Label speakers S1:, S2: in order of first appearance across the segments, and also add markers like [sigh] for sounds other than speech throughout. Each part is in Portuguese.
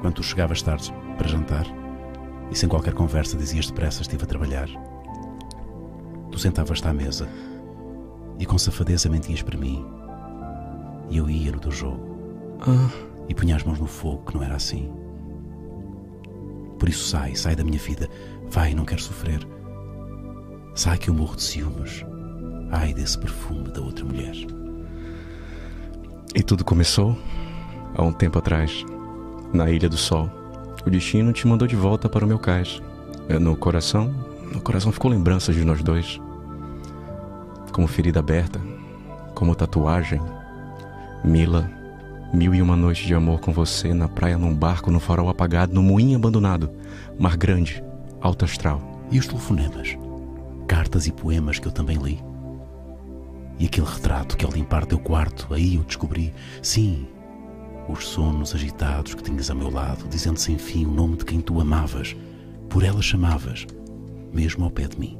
S1: quando tu chegavas tarde para jantar e sem qualquer conversa dizias depressa estive a trabalhar. Tu sentavas-te à mesa e com safadeza mentias para mim e eu ia no teu jogo
S2: Ah,
S1: e punha as mãos no fogo que não era assim. Por isso sai, sai da minha vida. Vai, não quero sofrer. Sai que eu morro de ciúmes. Ai desse perfume da outra mulher.
S2: e tudo começou há um tempo atrás, na Ilha do Sol. O destino te mandou de volta para o meu cais. É, No coração, no coração ficou lembranças de nós dois. Como ferida aberta, como tatuagem. Mila, mil e uma noites de amor com você na praia, num barco, no farol apagado, no moinho abandonado. Mar grande, alto astral.
S1: E os telefonemas? Cartas e poemas que eu também li. E aquele retrato que ao limpar teu quarto, aí eu descobri, sim, os sonos agitados que tinhas a meu lado, dizendo sem fim o nome de quem tu amavas, por ela chamavas, mesmo ao pé de mim.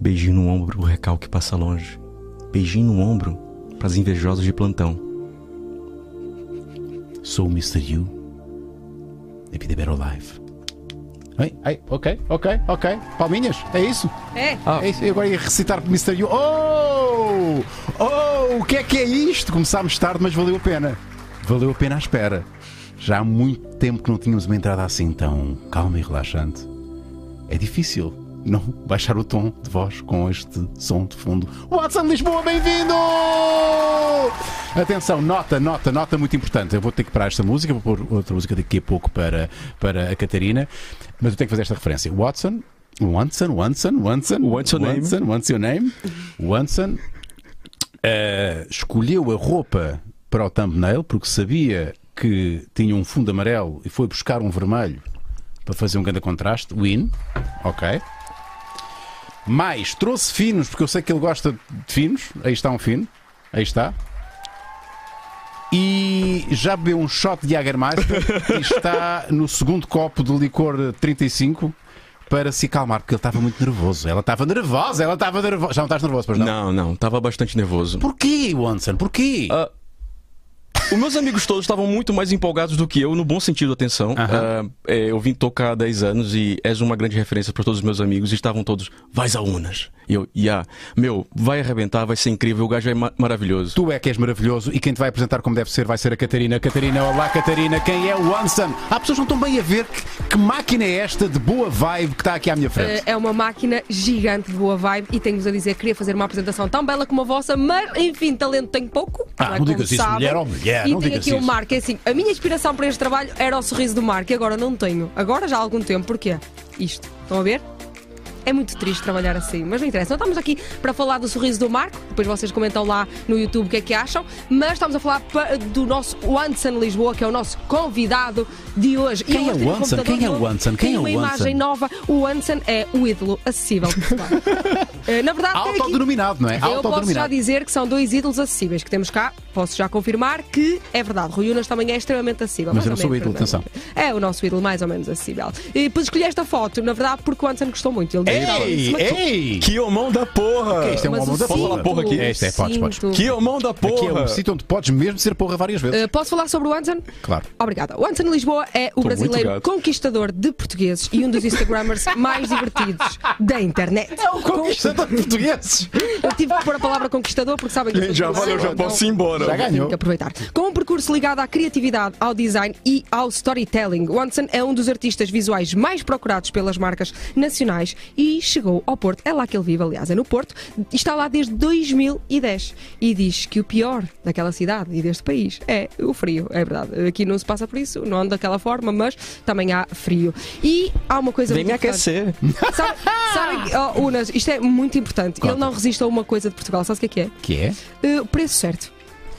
S2: Beijinho no ombro, o recalque passa longe. Beijinho no ombro, pras invejosas de plantão.
S1: So Mr. You, if you better alive.
S3: Ei, ei, ok, ok, ok. Palminhas, é isso?
S4: É.
S3: É isso. E agora ia recitar para Mr. You. Oh! Oh! O que é que é isto? Começámos tarde, mas valeu a pena. Valeu a pena à espera.
S1: Já há muito tempo que não tínhamos uma entrada assim tão calma e relaxante.
S3: É difícil não baixar o tom de voz com este som de fundo. Watson Lisboa, bem-vindo! Atenção, nota, nota, nota muito importante. Eu vou ter que parar esta música, vou pôr outra música daqui a pouco para, para a Catarina, mas eu tenho que fazer esta referência. Watson, Watson, Watson, Watson,
S2: What's your name?
S3: Watson, what's your name? Watson eh, escolheu a roupa para o thumbnail porque sabia que tinha um fundo amarelo e foi buscar um vermelho para fazer um grande contraste. Win, ok. Mais, trouxe finos, porque eu sei que ele gosta de finos. Aí está um fino. Aí está. E já bebeu um shot de Jägermeister e está no segundo copo do licor 35 para se calmar, porque ele estava muito nervoso. Ela estava nervosa, ela estava nervosa. Já não estás nervoso, pois não?
S2: Não, não, tava bastante nervoso.
S3: Porquê, Watson? Porquê?
S2: Ah, Os meus amigos todos estavam muito mais empolgados do que eu, no bom sentido, atenção.
S3: Aham.
S2: Ah, é, eu vim tocar há 10 anos e és uma grande referência para todos os meus amigos. E estavam todos, vais a Unas. E eu, yeah, meu, vai arrebentar, vai ser incrível, o gajo é ma- maravilhoso.
S3: Tu é que és maravilhoso e quem te vai apresentar como deve ser vai ser a Catarina. Catarina, olá Catarina, quem é o Anson? Há pessoas que não estão bem a ver que, que máquina é esta de boa vibe que está aqui à minha frente.
S4: É uma máquina gigante de boa vibe e tenho-vos a dizer, queria fazer uma apresentação tão bela como a vossa, mas enfim, talento tenho pouco.
S3: Ah,
S4: é?
S3: não
S4: Como
S3: digas isso,
S4: sabem.
S3: mulher, oh, mulher,
S4: E
S3: não
S4: tenho
S3: digas
S4: aqui o
S3: isso.
S4: Marco, é assim, a minha inspiração para este trabalho era o sorriso do Marco e agora não tenho. Agora já há algum tempo, porquê? Isto, estão a ver? É muito triste trabalhar assim, mas não interessa. Não estamos aqui para falar do sorriso do Marco, depois vocês comentam lá no YouTube o que é que acham, mas estamos a falar pa- do nosso Wanson Lisboa, que é o nosso convidado de hoje. E
S1: Quem
S4: eu
S1: é
S4: hoje tenho um
S1: o Wanson?
S4: computador
S1: Quem é o
S4: novo,
S1: Wanson? Quem
S4: tenho
S1: é o
S4: uma imagem
S1: Wanson?
S4: nova. O Anson é o ídolo
S1: [laughs]
S4: acessível. pessoal. Eh, Na verdade, tem aqui...
S3: Autodenominado, não é?
S4: Eu posso já
S3: Autodenominado.
S4: dizer que são dois ídolos acessíveis que temos cá. Posso já confirmar que é verdade. Rui Unas também é extremamente acessível.
S3: Mas
S4: Mais
S3: eu não
S4: ou
S3: sou
S4: menos,
S3: ídolo,
S4: Fernando. É o nosso ídolo mais ou menos acessível. E depois escolhi esta foto, na verdade, porque o Anson gostou muito. Ele disse,
S3: Ei,
S4: "Mas tu-
S3: ei!
S5: Que homão da porra!
S3: Ok, isto é um
S4: mas
S3: homem da
S4: o cinto,
S3: porra.
S5: porra aqui?
S3: É, isto é, podes, podes.
S4: cinto.
S5: Que homão da porra!
S3: Aqui é um sítio onde podes mesmo ser porra várias vezes.
S4: Eh, posso falar sobre o Anson?
S3: Claro.
S4: Obrigada. O Anthony Lisboa é o brasileiro
S5: gato.
S4: conquistador de portugueses e um dos
S3: [laughs]
S4: Instagrammers mais divertidos da internet.
S3: É um Conquistador de portugueses.
S4: Eu tive que pôr a palavra conquistador porque sabem que as
S5: Já
S4: pessoas
S5: valeu, já
S4: não-
S5: posso ir embora.
S3: Já
S4: Tenho
S3: ganhou.
S4: que aproveitar. Com um percurso ligado à criatividade, ao design e ao storytelling, Watson é um dos artistas visuais mais procurados pelas marcas nacionais e chegou ao Porto. É lá que ele vive, aliás, é no Porto. e Está lá desde 2010 e diz que o pior daquela cidade e deste país é o frio. É verdade. Aqui não se passa por isso, não daquela forma, mas também há frio. E há uma coisa
S5: Vem me
S4: muito importante.
S5: aquecer.
S4: [laughs] Sabe, sabe oh, Unas, isto é muito importante. Ele não resiste a uma coisa de Portugal. Sabe o que é que é?
S3: Que é?
S4: Eh, O preço certo.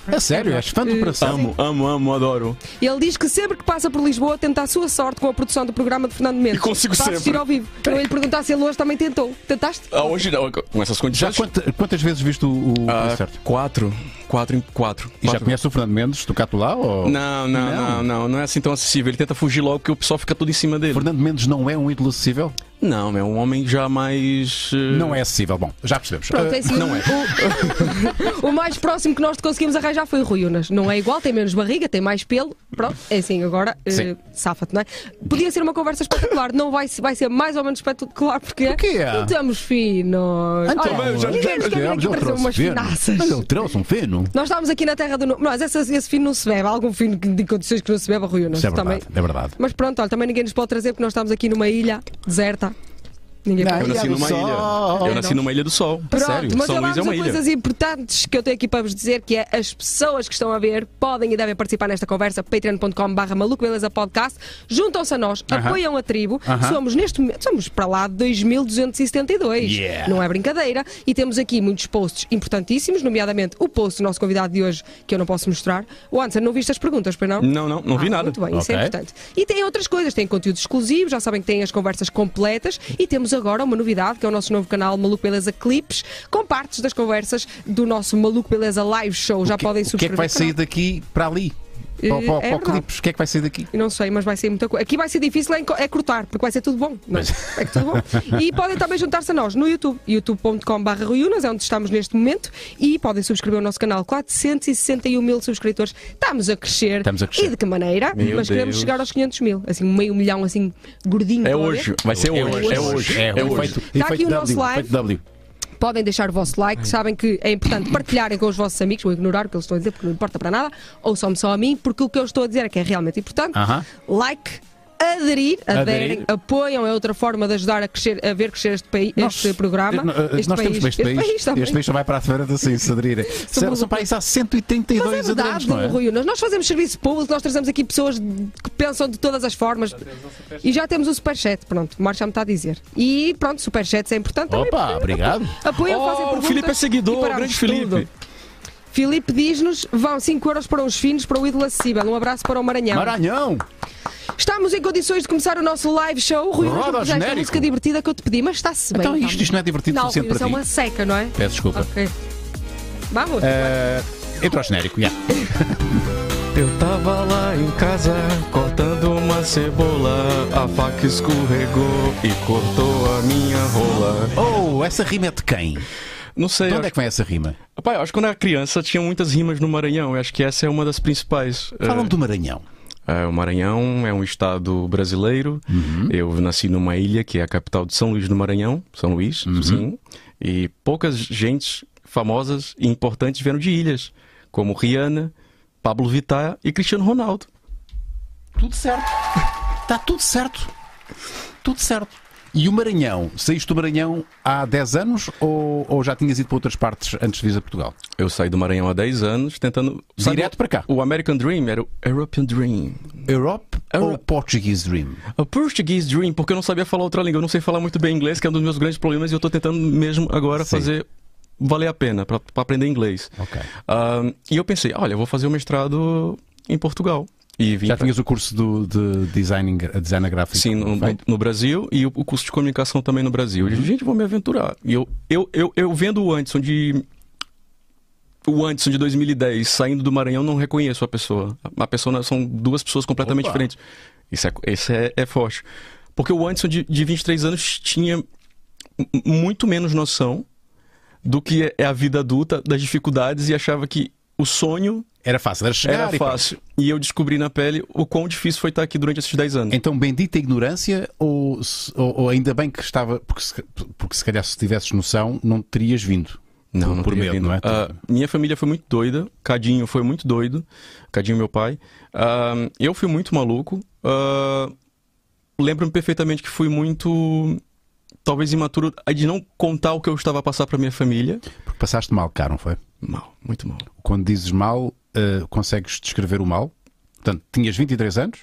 S3: É sério, és fã
S4: Eh,
S3: do coração.
S5: Amo, amo, amo, adoro.
S4: Ele diz que sempre que passa por Lisboa tenta a sua sorte com a produção do programa de Fernando Mendes.
S5: E consigo
S4: para assistir
S5: sempre.
S4: ao vivo. Eu ia lhe perguntar se ele hoje também tentou. Tentaste?
S5: Ah, hoje não, com essas
S3: Já
S5: condições.
S3: quanta- quantas vezes viste o, o
S5: Ah,
S3: certo?
S5: Quatro.
S2: Quatro em quatro.
S3: E já
S2: Quatro-
S3: conhece o Fernando Mendes, tocato lá? Ou...
S2: Não, não, não, não, não, é assim tão acessível. Ele tenta fugir logo que o pessoal fica tudo em cima dele.
S3: Fernando Mendes não é um ídolo acessível?
S2: Não, é um homem eh, já mais.
S3: Não é acessível. Bom, já percebemos.
S4: Pronto, é
S3: Ah,
S4: assim, o, o mais próximo que nós te conseguimos arranjar foi o Rui Unas. Não é igual, tem menos barriga, tem mais pelo. Pronto, é assim, agora eh,
S3: Sim.
S4: safa-te, não é? Podia ser uma conversa espetacular, não vai, se- vai ser mais ou menos espetacular porque é
S3: Porquê?
S4: não estamos finos.
S3: então,
S4: Olha,
S3: mas já-
S4: ninguém
S3: já-
S4: nos quer
S3: já-
S4: ver
S3: já
S4: aqui
S3: o
S4: parecer
S3: trouxe
S4: é umas
S3: fino.
S4: finaças.
S3: Mas ele trouxe um fino.
S4: Nós estávamos aqui na terra do. No- Nós, esse, esse fino não se bebe, há algum fino que- de condições que não se bebe, Rui Unas.
S3: Isso é
S4: também.
S3: verdade, é verdade.
S4: Mas pronto, olha, também ninguém nos pode trazer porque nós estamos aqui numa ilha deserta. Ninguém
S3: Não,
S4: pode.
S2: Eu nasci
S3: Ilha do
S2: numa
S3: Sol.
S2: ilha. Eu nasci numa ilha do sol.
S4: Pronto,
S2: Sério.
S4: mas
S2: é São
S4: eu
S2: Luís é
S4: vamos
S2: uma
S4: a
S2: ilha.
S4: coisas importantes que eu tenho aqui para vos dizer, que é as pessoas que estão a ver podem e devem participar nesta conversa, patreon.com barra maluco beleza podcast, juntam-se a nós, apoiam a tribo, somos neste momento, somos para lá de 2272,
S3: Yeah.
S4: não é brincadeira, e temos aqui muitos posts importantíssimos, nomeadamente o post do nosso convidado de hoje, que eu não posso mostrar. O Anson, não viste as perguntas, pois não?
S2: Não, não, não vi
S4: Ah,
S2: nada.
S4: Muito bem, isso é
S3: Ok.
S4: importante. E tem outras coisas, tem conteúdo exclusivo, já sabem que tem as conversas completas e temos agora uma novidade, que é o nosso novo canal Maluco Beleza Clips, com partes das conversas do nosso Maluco Beleza Live Show. Já
S3: O que-
S4: podem
S3: O que é
S4: subscrever.
S3: que vai
S4: o canal.
S3: sair daqui para ali?
S4: Eh,
S3: Para, para,
S4: é
S3: para o
S4: verdade.
S3: Clipes, o que é que vai sair daqui?
S4: Eu não sei, mas vai ser muita coisa. Aqui vai ser difícil é, enco- é cortar, porque vai ser tudo bom. Não, é? é que tudo bom. E podem também juntar-se a nós no YouTube, youtube.com.br Ruínas, é onde estamos neste momento, e podem subscrever o nosso canal. 461 mil subscritores. Estamos a crescer.
S3: Estamos a crescer.
S4: E de que maneira?
S2: Meu
S4: mas queremos
S2: Deus.
S4: chegar aos 500 mil. Assim, meio milhão, assim, gordinho.
S2: É
S4: estão a ver?
S2: hoje, vai ser hoje. É hoje. É hoje.
S3: Efeito-
S4: Está aqui
S3: efeito
S4: o nosso
S3: W,
S4: live.
S3: efeito W.
S4: Podem deixar o vosso like, sabem que é importante partilharem com os vossos amigos, ou ignorar o que eles estão a dizer, porque não importa para nada, ouçam-me só a mim, porque o que eu estou a dizer é que é realmente importante.
S3: Aham.
S4: Like, aderir, aderem,
S3: Aderir.
S4: apoiam, é outra forma de ajudar a, crescer, a ver crescer este, país, este programa.
S3: eh, eh,
S4: este
S3: nós
S4: país,
S3: temos bem este país.
S4: também.
S3: Este país só vai para a feira assim, se
S4: [laughs]
S3: aderirem. São,
S4: malucos.
S3: são para isso há
S4: Mas
S3: 132
S4: é
S3: aderentes,
S4: verdade,
S3: não é?
S4: Rui, nós, nós fazemos serviço público, nós trazemos aqui pessoas de- que pensam de todas as formas.
S3: um
S4: E já temos o Superchat, pronto, o Marcha me está a dizer. E pronto, Superchats é importante também.
S3: Opa, obrigado.
S4: Apoiam, fazem
S2: Oh, o
S4: perguntas
S2: Filipe é
S4: e
S2: seguidor, o
S4: paramos
S2: grande Filipe.
S4: tudo. Filipe diz-nos, vão 5 euros para uns finos, para o ídolo acessível. Um abraço para o Maranhão.
S3: Maranhão!
S4: Estamos em condições de começar o nosso live show. Rui,
S3: Roda
S4: hoje
S3: o
S4: não puseste a
S3: genérico.
S4: música divertida que eu te pedi, mas está-se bem.
S3: Então
S4: está
S3: isto,
S4: bem.
S3: isto não é divertido o
S4: Não,
S3: suficiente
S4: Rui, isso é
S3: para
S4: uma
S3: ti.
S4: seca, não é?
S3: Peço desculpa.
S4: Ok. Vamos.
S3: Eh, entra ao genérico, já.
S2: Eu tava lá em casa cortando uma cebola. A faca escorregou e cortou a minha rola.
S3: Oh, essa rima é de quem? De
S2: Não sei.
S3: onde
S2: eu
S3: é
S2: acho-
S3: que vem essa rima?
S2: Pai, eu acho que quando eu era criança tinha muitas rimas no Maranhão. Eu acho que essa é uma das principais. eh,
S3: Falam do Maranhão.
S2: É, o Maranhão é um estado brasileiro. Eu nasci numa ilha que é a capital de São Luís do Maranhão, São Luís, sim. E poucas gentes famosas e importantes vieram de ilhas, como Rihanna, Pablo Vittar e Cristiano Ronaldo.
S3: Tudo certo. Está Tá tudo certo. Tudo certo. E o Maranhão? Saíste do Maranhão há 10 anos ou, ou já tinhas ido para outras partes antes de vir a Portugal?
S2: Eu saí do Maranhão há 10 anos tentando.
S3: Direto para cá.
S2: O American Dream era o European Dream.
S3: Europe ou
S2: Europe.
S3: Portuguese Dream?
S2: O Portuguese Dream, porque eu não sabia falar outra língua. Eu não sei falar muito bem inglês, que é um dos meus grandes problemas, e eu tô tentando mesmo agora
S3: Sim.
S2: fazer valer a pena para aprender inglês.
S3: Ok.
S2: Ah, e eu pensei, olha, eu vou fazer o mestrado em Portugal. E vim
S3: Já
S2: pra-
S3: tinhas o curso do, de design, design gráfico?
S2: Sim, no, no-
S3: feito?
S2: no Brasil e o, o curso de comunicação também no Brasil. Eu disse, gente, vou me aventurar. E eu, eu, eu, eu vendo o Anderson de. O Anderson de 2010 saindo do Maranhão, não reconheço a pessoa. A a pessoa são duas pessoas completamente
S3: Opa.
S2: diferentes. Isso, é, isso é, é forte. Porque o Anderson de, de 23 anos tinha m- muito menos noção do que é- é a vida adulta, das dificuldades, e achava que o sonho
S3: Era fácil, era chegar
S2: era
S3: e pronto.
S2: fácil. E eu descobri na pele o quão difícil foi estar aqui durante esses 10 anos.
S3: Então, bendita ignorância, ou, se- ou- ou ainda bem que estava, porque se, porque se calhar se tivesses noção, não terias vindo. por, por medo,
S2: teria vindo.
S3: não é?
S2: Ah, minha família foi muito doida. Cadinho foi muito doido. Cadinho, meu pai. Ah, eu fui muito maluco. Ah, Lembro-me perfeitamente que fui muito. Talvez imaturo de não contar o que eu estava a passar para minha família.
S3: Porque passaste mal, cara, não foi?
S2: Mal, muito mal.
S3: Quando dizes mal, eh, consegues descrever o mal? Portanto, tinhas 23 anos,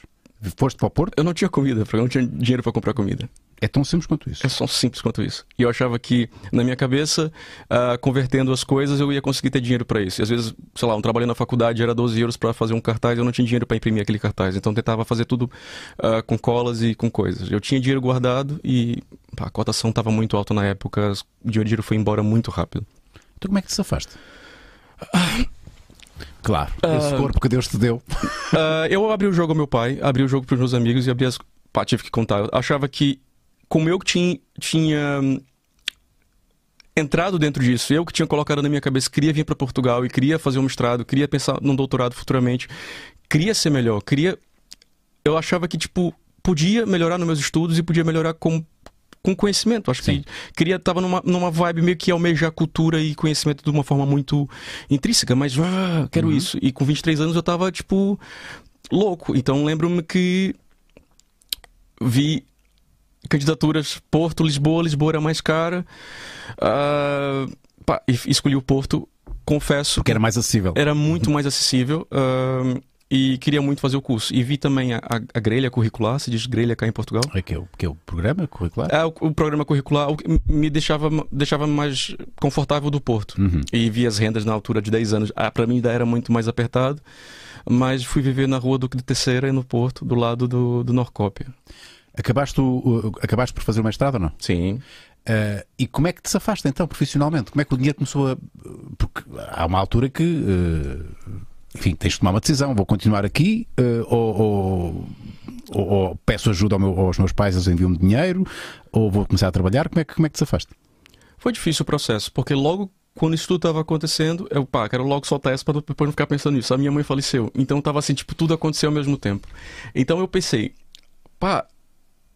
S3: foste para o Porto,
S2: Eu não tinha comida, eu não tinha dinheiro para comprar comida.
S3: é tão simples quanto isso.
S2: É tão simples quanto isso. E eu achava que, na minha cabeça, ah, convertendo as coisas, eu ia conseguir ter dinheiro para isso. E às vezes, sei lá, um trabalho na faculdade era 12 euros para fazer um cartaz, eu não tinha dinheiro para imprimir aquele cartaz. Então eu tentava fazer tudo ah, com colas e com coisas. Eu tinha dinheiro guardado e pá, a cotação estava muito alta na época, as- o dinheiro foi embora muito rápido.
S3: Então, como é que te safaste? Claro, esse corpo que Deus te deu.
S2: Ah, eu abri o jogo ao meu pai, abri o jogo pros meus amigos e abri as. Pá, tive que contar. Eu achava que, como eu que tinha, tinha hum, entrado dentro disso, eu que tinha colocado na minha cabeça, queria vir para Portugal e queria fazer um mestrado, queria pensar num doutorado futuramente, queria ser melhor, queria. Eu achava que, tipo, podia melhorar nos meus estudos e podia melhorar com, com conhecimento. Acho
S3: Sim.
S2: que queria, tava numa, numa vibe meio que almejar cultura e conhecimento de uma forma muito intrínseca, mas ah, quero isso. E com 23 anos eu tava, tipo, louco. Então lembro-me que vi candidaturas Porto, Lisboa, Lisboa era mais cara. Ah, pá, e f- escolhi o Porto, confesso.
S3: Porque era mais acessível.
S2: Era muito mais acessível ah, e queria muito fazer o curso. E vi também a, a- a grelha curricular, se diz grelha cá em Portugal.
S3: É que é o, que é o programa curricular?
S2: É, o, o programa curricular o que m- me deixava, deixava mais confortável do Porto. E vi as rendas na altura de 10 anos. Ah, para mim ainda era muito mais apertado, mas fui viver na rua Duque de Terceira, no Porto, do lado do, do Norcópia.
S3: Acabaste, o- o- acabaste por fazer o mestrado ou não?
S2: Sim.
S3: Eh, e como é que te safaste então profissionalmente? Como é que o dinheiro começou a. Porque há uma altura que. eh, enfim, tens de tomar uma decisão. Vou continuar aqui eh, ou, ou- ou- ou peço ajuda ao meu- aos meus pais, eles enviam-me dinheiro ou vou começar a trabalhar. Como é que, como é que te safaste?
S2: Foi difícil o processo, porque logo quando isso tudo estava acontecendo, eu, pá, quero logo soltar essa para depois não ficar pensando nisso. A minha mãe faleceu, então tava assim, tipo, tudo aconteceu ao mesmo tempo. Então eu pensei, pá,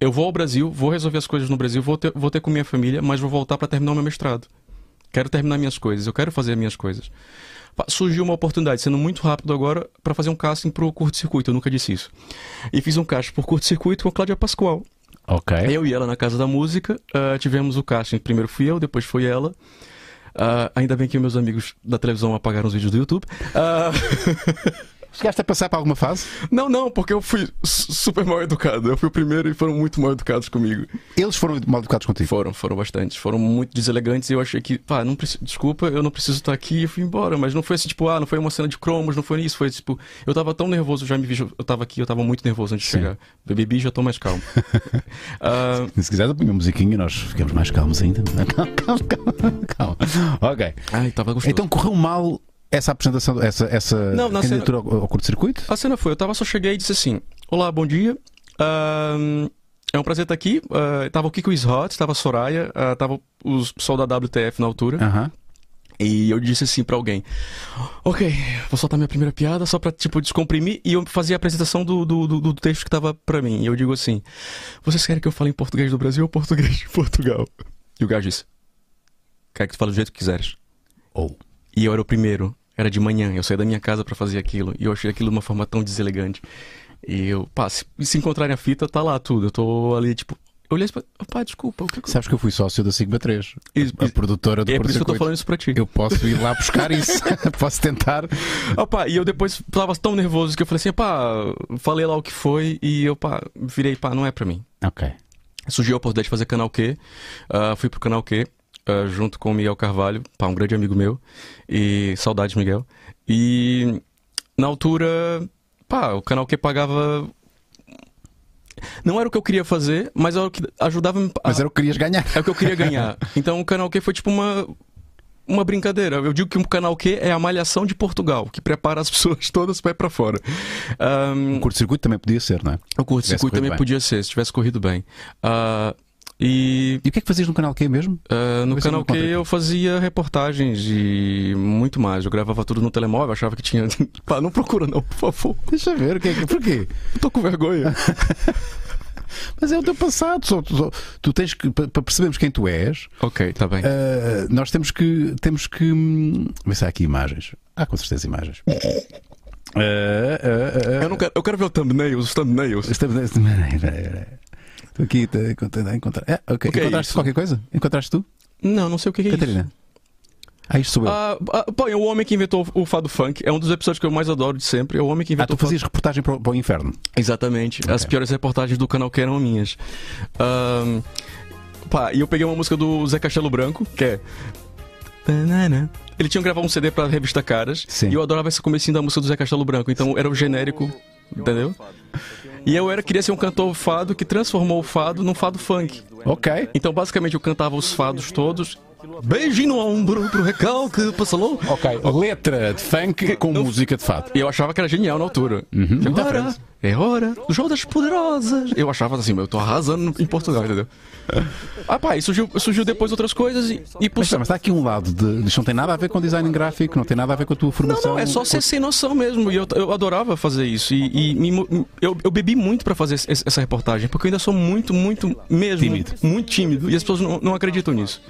S2: eu vou ao Brasil, vou resolver as coisas no Brasil, vou ter, vou ter com minha família, mas vou voltar para terminar o meu mestrado. Quero terminar minhas coisas, eu quero fazer minhas coisas. Pá, surgiu uma oportunidade, sendo muito rápido agora, para fazer um casting pro curto-circuito, eu nunca disse isso. E fiz um casting por curto-circuito com a Cláudia Pascoal.
S3: Ok.
S2: É Eu e ela na Casa da Música, ah, tivemos o casting. Primeiro fui eu, depois foi ela. Ah, ainda bem que meus amigos da televisão apagaram os vídeos do YouTube. Ah, [laughs]
S3: Chegaste a passar para alguma fase?
S2: não, não, porque eu fui su- super mal educado. Eu fui o primeiro e foram muito mal educados comigo.
S3: Eles foram mal educados contigo.
S2: Foram, foram bastantes. Foram muito deselegantes e eu achei que, pá, não preciso, desculpa, eu não preciso estar aqui e fui embora. Mas não foi assim, tipo, ah, não foi uma cena de cromos, não foi isso. Foi tipo, eu tava tão nervoso, já me vi, eu tava aqui, eu tava muito nervoso antes de chegar. Bebi bicho, já tô mais calmo. Ah,
S3: Se quiseres, eu ponho uma musiquinha e nós ficamos mais calmos ainda. [laughs] Calma, calma, calma. calma. Ok.
S2: ai, tava gostoso.
S3: Então correu mal essa apresentação, essa, essa
S2: Não, na
S3: candidatura ao, ao curto-circuito?
S2: A cena foi, eu tava, só cheguei e disse assim: Olá, bom dia. Ahn, é um prazer estar aqui. Ah, tava o Kiko Hot, tava a Soraya, ah, tava os pessoal da WTF na altura.
S3: Aham.
S2: E eu disse assim pra alguém: Ok, vou soltar minha primeira piada só pra, tipo, descomprimir. E eu fazia a apresentação do, do, do- do texto que tava pra mim. E eu digo assim: Vocês querem que eu fale em português do Brasil ou português de Portugal? E o gajo disse: Quer que tu fale do jeito que quiseres.
S3: Ou.
S2: E eu era o primeiro. Era de manhã, eu saí da minha casa pra fazer aquilo. E eu achei aquilo de uma forma tão deselegante. E eu, pá, se, se encontrarem a fita, tá lá tudo. Eu tô ali, tipo, eu olhei pra. Pá, desculpa, o que que-
S3: Sabes que eu fui sócio da Sigma 3,
S2: Isso,
S3: a
S2: isso.
S3: produtora do
S2: É por
S3: Porto
S2: isso que eu tô
S3: Circuito.
S2: falando isso pra ti.
S3: Eu posso ir lá buscar
S2: [laughs]
S3: isso, [laughs] posso tentar.
S2: Ah, pá, e eu depois tava tão nervoso que eu falei assim, pá, falei lá o que foi e eu, pá, virei, pá, não é pra mim.
S3: Ok.
S2: Surgiu a oportunidade de fazer canal Q, ah, fui pro canal Q, ah, junto com o Miguel Carvalho, pá, um grande amigo meu, e saudades, Miguel. E na altura, pá, o canal Q pagava. Não era o que eu queria fazer, mas era o que ajudava-me a
S3: Mas era o que querias ganhar.
S2: é o que eu queria
S3: [laughs]
S2: ganhar. Então o canal Q foi tipo uma uma brincadeira. Eu digo que o canal Q é a malhação de Portugal, que prepara as [laughs] pessoas todas para ir para fora. Ahn,
S3: O curto-circuito também podia ser, não é?
S2: o
S3: corrido
S2: curto-circuito também
S3: bem.
S2: podia ser, se tivesse corrido bem. Ah, e
S3: E o que é que fazias no canal Q mesmo?
S2: ah, no
S3: Vê se eu
S2: canal
S3: não
S2: Q
S3: encontro aqui.
S2: eu fazia reportagens e muito mais. Eu gravava tudo no telemóvel, achava que tinha. [laughs] Pá, não procura não, por favor.
S3: Deixa ver, o que é que. Porquê?
S2: Eu tô com vergonha.
S3: Mas é o teu passado. só- só- tu tens que. Para para percebermos quem tu és,
S2: [laughs] ok, tá bem.
S3: ah, nós temos que. Temos que. hum, Vê se há aqui imagens. Há com certeza imagens. Ah, ah, é ah, ah.
S2: Eu, não quero, eu quero ver o thumbnail, os thumbnails.
S3: Estamos. Peraí, peraí, peraí. Estou aqui tá, encontrando- a encontrar. É, ok.
S2: O que é
S3: Encontraste
S2: isso?
S3: qualquer coisa? Encontraste tu?
S2: Não, não sei o que, que é isso.
S3: Catarina. Ah, isto sou eu.
S2: Ah, ah, pô, é o homem que inventou o fado funk. É um dos episódios que eu mais adoro de sempre. É o homem que
S3: Ah,
S2: inventou
S3: tu
S2: o fado...
S3: fazias reportagem para o, para o inferno.
S2: Exatamente. As piores reportagens do canal que eram minhas. Ahn, pá, e eu peguei uma música do Zé Castelo Branco, que é. Tanana. Ele tinha gravado um CD pra revista Caras.
S3: Sim.
S2: E eu adorava esse comecinho da música do Zé Castelo Branco. Então era o genérico, entendeu? E eu era, queria ser um cantor fado que transformou o fado num fado funk.
S3: Ok.
S2: Então, basicamente, eu cantava os fados todos Beijinho no ombro pro recalque, passalou.
S3: Ok, letra de funk com música de fado.
S2: E eu achava que era genial na altura. É hora, é hora do Jogo das Poderosas. Eu achava assim, eu tô arrasando em Portugal, entendeu? Ah, pá, e surgiu, surgiu depois outras coisas e, e por
S3: Mas, tá, mas está aqui um lado de. Isto não tem nada a ver com design gráfico, não tem nada a ver com a tua
S2: Não,
S3: formação.
S2: não, é só ser sem noção mesmo. E eu, eu adorava fazer isso. E, e me mo- eu, eu bebi muito pra fazer esse- essa reportagem, porque eu ainda sou muito, muito mesmo.
S3: Tímido.
S2: Muito tímido. E as pessoas não, não acreditam nisso.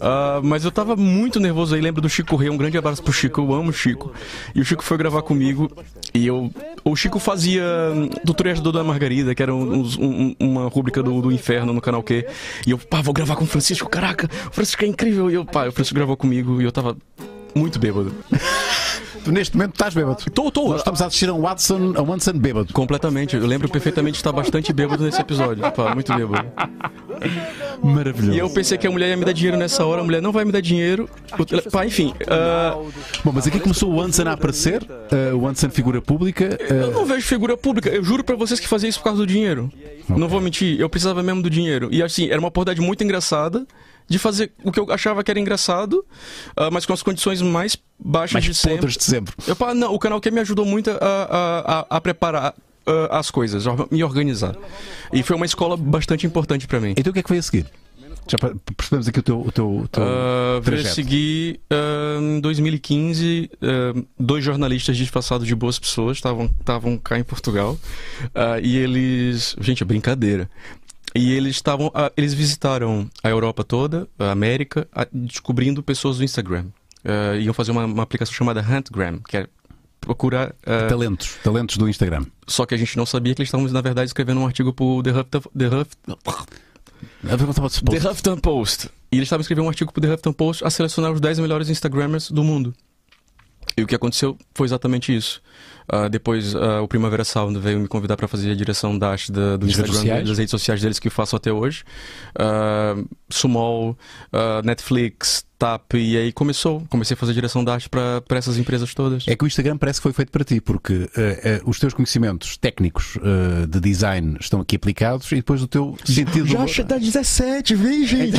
S2: Ah, mas eu tava muito nervoso aí, lembro do Chico Rei, um grande abraço pro Chico, eu amo o Chico. E o Chico foi gravar comigo e eu. O Chico fazia hum, do Triângulo da Dona Margarida, que era um- uns- um- uma rúbrica do, do inferno no canal Q. E eu, pá, vou gravar com o Francisco, caraca, o Francisco é incrível. E eu, pá, o Francisco gravou comigo e eu tava muito bêbado.
S3: Tu neste momento estás bêbado.
S2: Tô, tô,
S3: Nós estamos a assistir a um Watson, a um Watson bêbado.
S2: Completamente, eu lembro perfeitamente de estar bastante bêbado nesse episódio. Pá, muito bêbado.
S3: Maravilhoso.
S2: E eu pensei que a mulher ia me dar dinheiro nessa hora, a mulher não vai me dar dinheiro. O tele- Pá, enfim. ah,
S3: Bom, mas aqui começou o Anson a aparecer, eh, o Anson figura pública.
S2: eu
S3: eh,
S2: não vejo figura pública. Eu juro pra vocês que fazia isso por causa do dinheiro. Não vou mentir, eu precisava mesmo do dinheiro. E assim, era uma oportunidade muito engraçada de fazer o que eu achava que era engraçado, ah, mas com as condições mais baixas
S3: mais
S2: de sempre.
S3: podres de sempre.
S2: Eu, pá, não, o canal que me ajudou muito a, a, a- a preparar ah, as coisas, a me organizar. E foi uma escola bastante importante pra mim.
S3: Então o que é que foi a seguir? Já pa- percebemos aqui o teu. O teu, o teu
S2: Ah, veio a
S3: trajeto.
S2: seguir, ah, em 2015, ah, dois jornalistas disfarçados de boas pessoas estavam estavam cá em Portugal. Ah, e eles. Gente, é brincadeira. E eles estavam. ah, eles visitaram a Europa toda, a América, ah, descobrindo pessoas do Instagram. Ah, iam fazer uma, uma aplicação chamada Huntgram, que é procurar. ah,
S3: Talentos, talentos do Instagram.
S2: só que a gente não sabia que eles estavam, na verdade, escrevendo um artigo pro The Huffington, The Huff- The Huffington Post. E eles estavam escrevendo um artigo pro The Huffington Post a selecionar os 10 melhores Instagrammers do mundo. E o que aconteceu foi exatamente isso. Ah, depois ah, o Primavera Sound veio me convidar para fazer a direção da arte da- do
S3: Das redes
S2: Instagram,
S3: sociais?
S2: das redes sociais deles que eu faço até hoje. Ah, Sumol, ah, Netflix, TAP, e aí começou. Comecei a fazer a direção da arte para essas empresas todas.
S3: É que o Instagram parece que foi feito para ti, porque eh, eh, os teus conhecimentos técnicos eh, de design estão aqui aplicados e depois o teu sentido.
S2: dá 17, vem, [laughs] gente!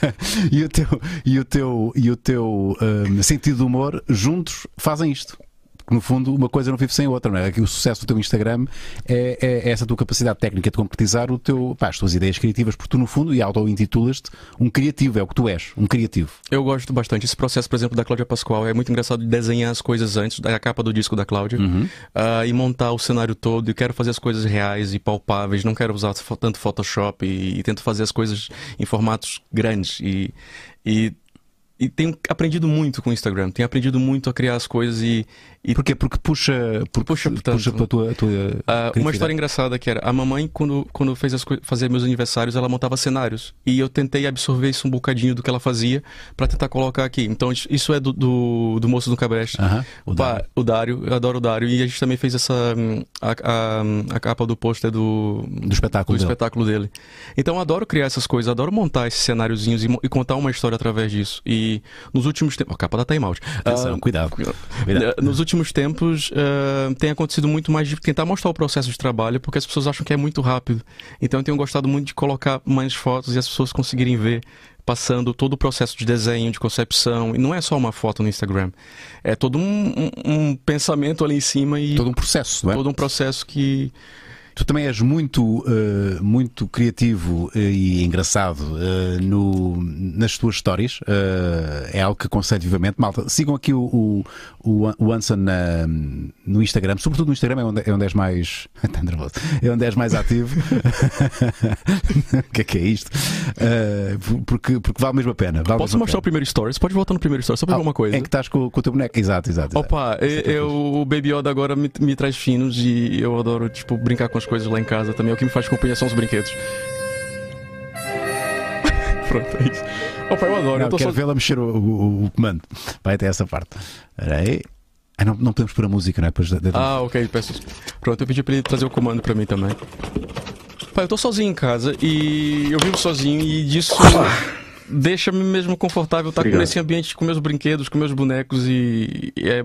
S3: [laughs] e o teu, e o teu, e o teu hum, sentido de humor juntos fazem isto. Porque, no fundo, uma coisa não vive sem a outra, não é? Que o sucesso do teu Instagram é, é- é essa tua capacidade técnica de concretizar o teu, pá, as tuas ideias criativas, porque tu, no fundo, e auto-intitulas-te um criativo, é o que tu és, um criativo.
S2: Eu gosto bastante. Esse processo, por exemplo, da Cláudia Pascoal é muito engraçado de desenhar as coisas antes, da capa do disco da Cláudia, ah, e montar o cenário todo. Eu quero fazer as coisas reais e palpáveis, não quero usar fo- tanto Photoshop e, e tento fazer as coisas em formatos grandes. E, e, e tenho aprendido muito com o Instagram, tenho aprendido muito a criar as coisas e. e
S3: Porquê? Porque puxa, porque
S2: Puxa, portanto,
S3: puxa pela tua, a tua
S2: ah, uma
S3: criatividade.
S2: história engraçada que era a mamãe quando quando fez as coi- fazer meus aniversários ela montava cenários e eu tentei absorver isso um bocadinho do que ela fazia pra tentar colocar aqui então isso- isso é do, do, do moço do Cabreste
S3: Aham, o
S2: o, Dário. o Dário eu adoro o Dário e a gente também fez essa hum, a, a, a capa do pôster do
S3: do espetáculo
S2: do
S3: dele.
S2: espetáculo dele. Então eu adoro criar essas coisas, adoro montar esses cenáriozinhos e, mo- e contar uma história através disso. E nos últimos tempos. Ó, capa da Time Out.
S3: Atenção,
S2: Ah,
S3: cuidado. Cuidado.
S2: eh, Nos últimos tempos, eh, tem acontecido muito mais de tentar mostrar o processo de trabalho, porque as pessoas acham que é muito rápido. Então, eu tenho gostado muito de colocar mais fotos e as pessoas conseguirem ver passando todo o processo de desenho, de concepção. E não é só uma foto no Instagram. É todo um, um- um pensamento ali em cima e
S3: Todo um processo, não é?
S2: todo um processo que
S3: Tu também és muito, eh, muito criativo eh, e engraçado eh, no- nas tuas histórias. eh, é algo que aconselho vivamente. Malta, sigam aqui o, o, o Anson na- no Instagram. Sobretudo no Instagram é onde, é onde és mais. [laughs] Tá nervoso. É onde és mais ativo. [laughs] O que é que é isto? Eh, porque, porque vale mesmo a pena. Vale
S2: Posso
S3: mesmo a
S2: mostrar o
S3: pena.
S2: primeiro stories? Pode voltar no primeiro stories, só
S3: Ah,
S2: pra ver uma coisa.
S3: Em que estás com, com o teu boneco. Exato, exato. exato.
S2: Opa, eu, eu- o Baby Yoda agora me, me traz finos e eu adoro, tipo, brincar com as coisas lá em casa também. é O que me faz companhia são os brinquedos. [laughs] Pronto, é isso. Opa, eu adoro.
S3: Não,
S2: eu tô
S3: quero
S2: só...
S3: vê-la mexer o, o- o comando. Vai até essa parte. Espera aí. Ah, não, não podemos pôr a música, não é? Depois da, da-
S2: Ah, ok, peço. Pronto, eu pedi pra ele trazer o comando pra mim também. Pai, eu tô sozinho em casa e eu vivo sozinho e disso deixa-me tá mesmo confortável estar nesse ambiente com meus brinquedos, com meus bonecos e e é,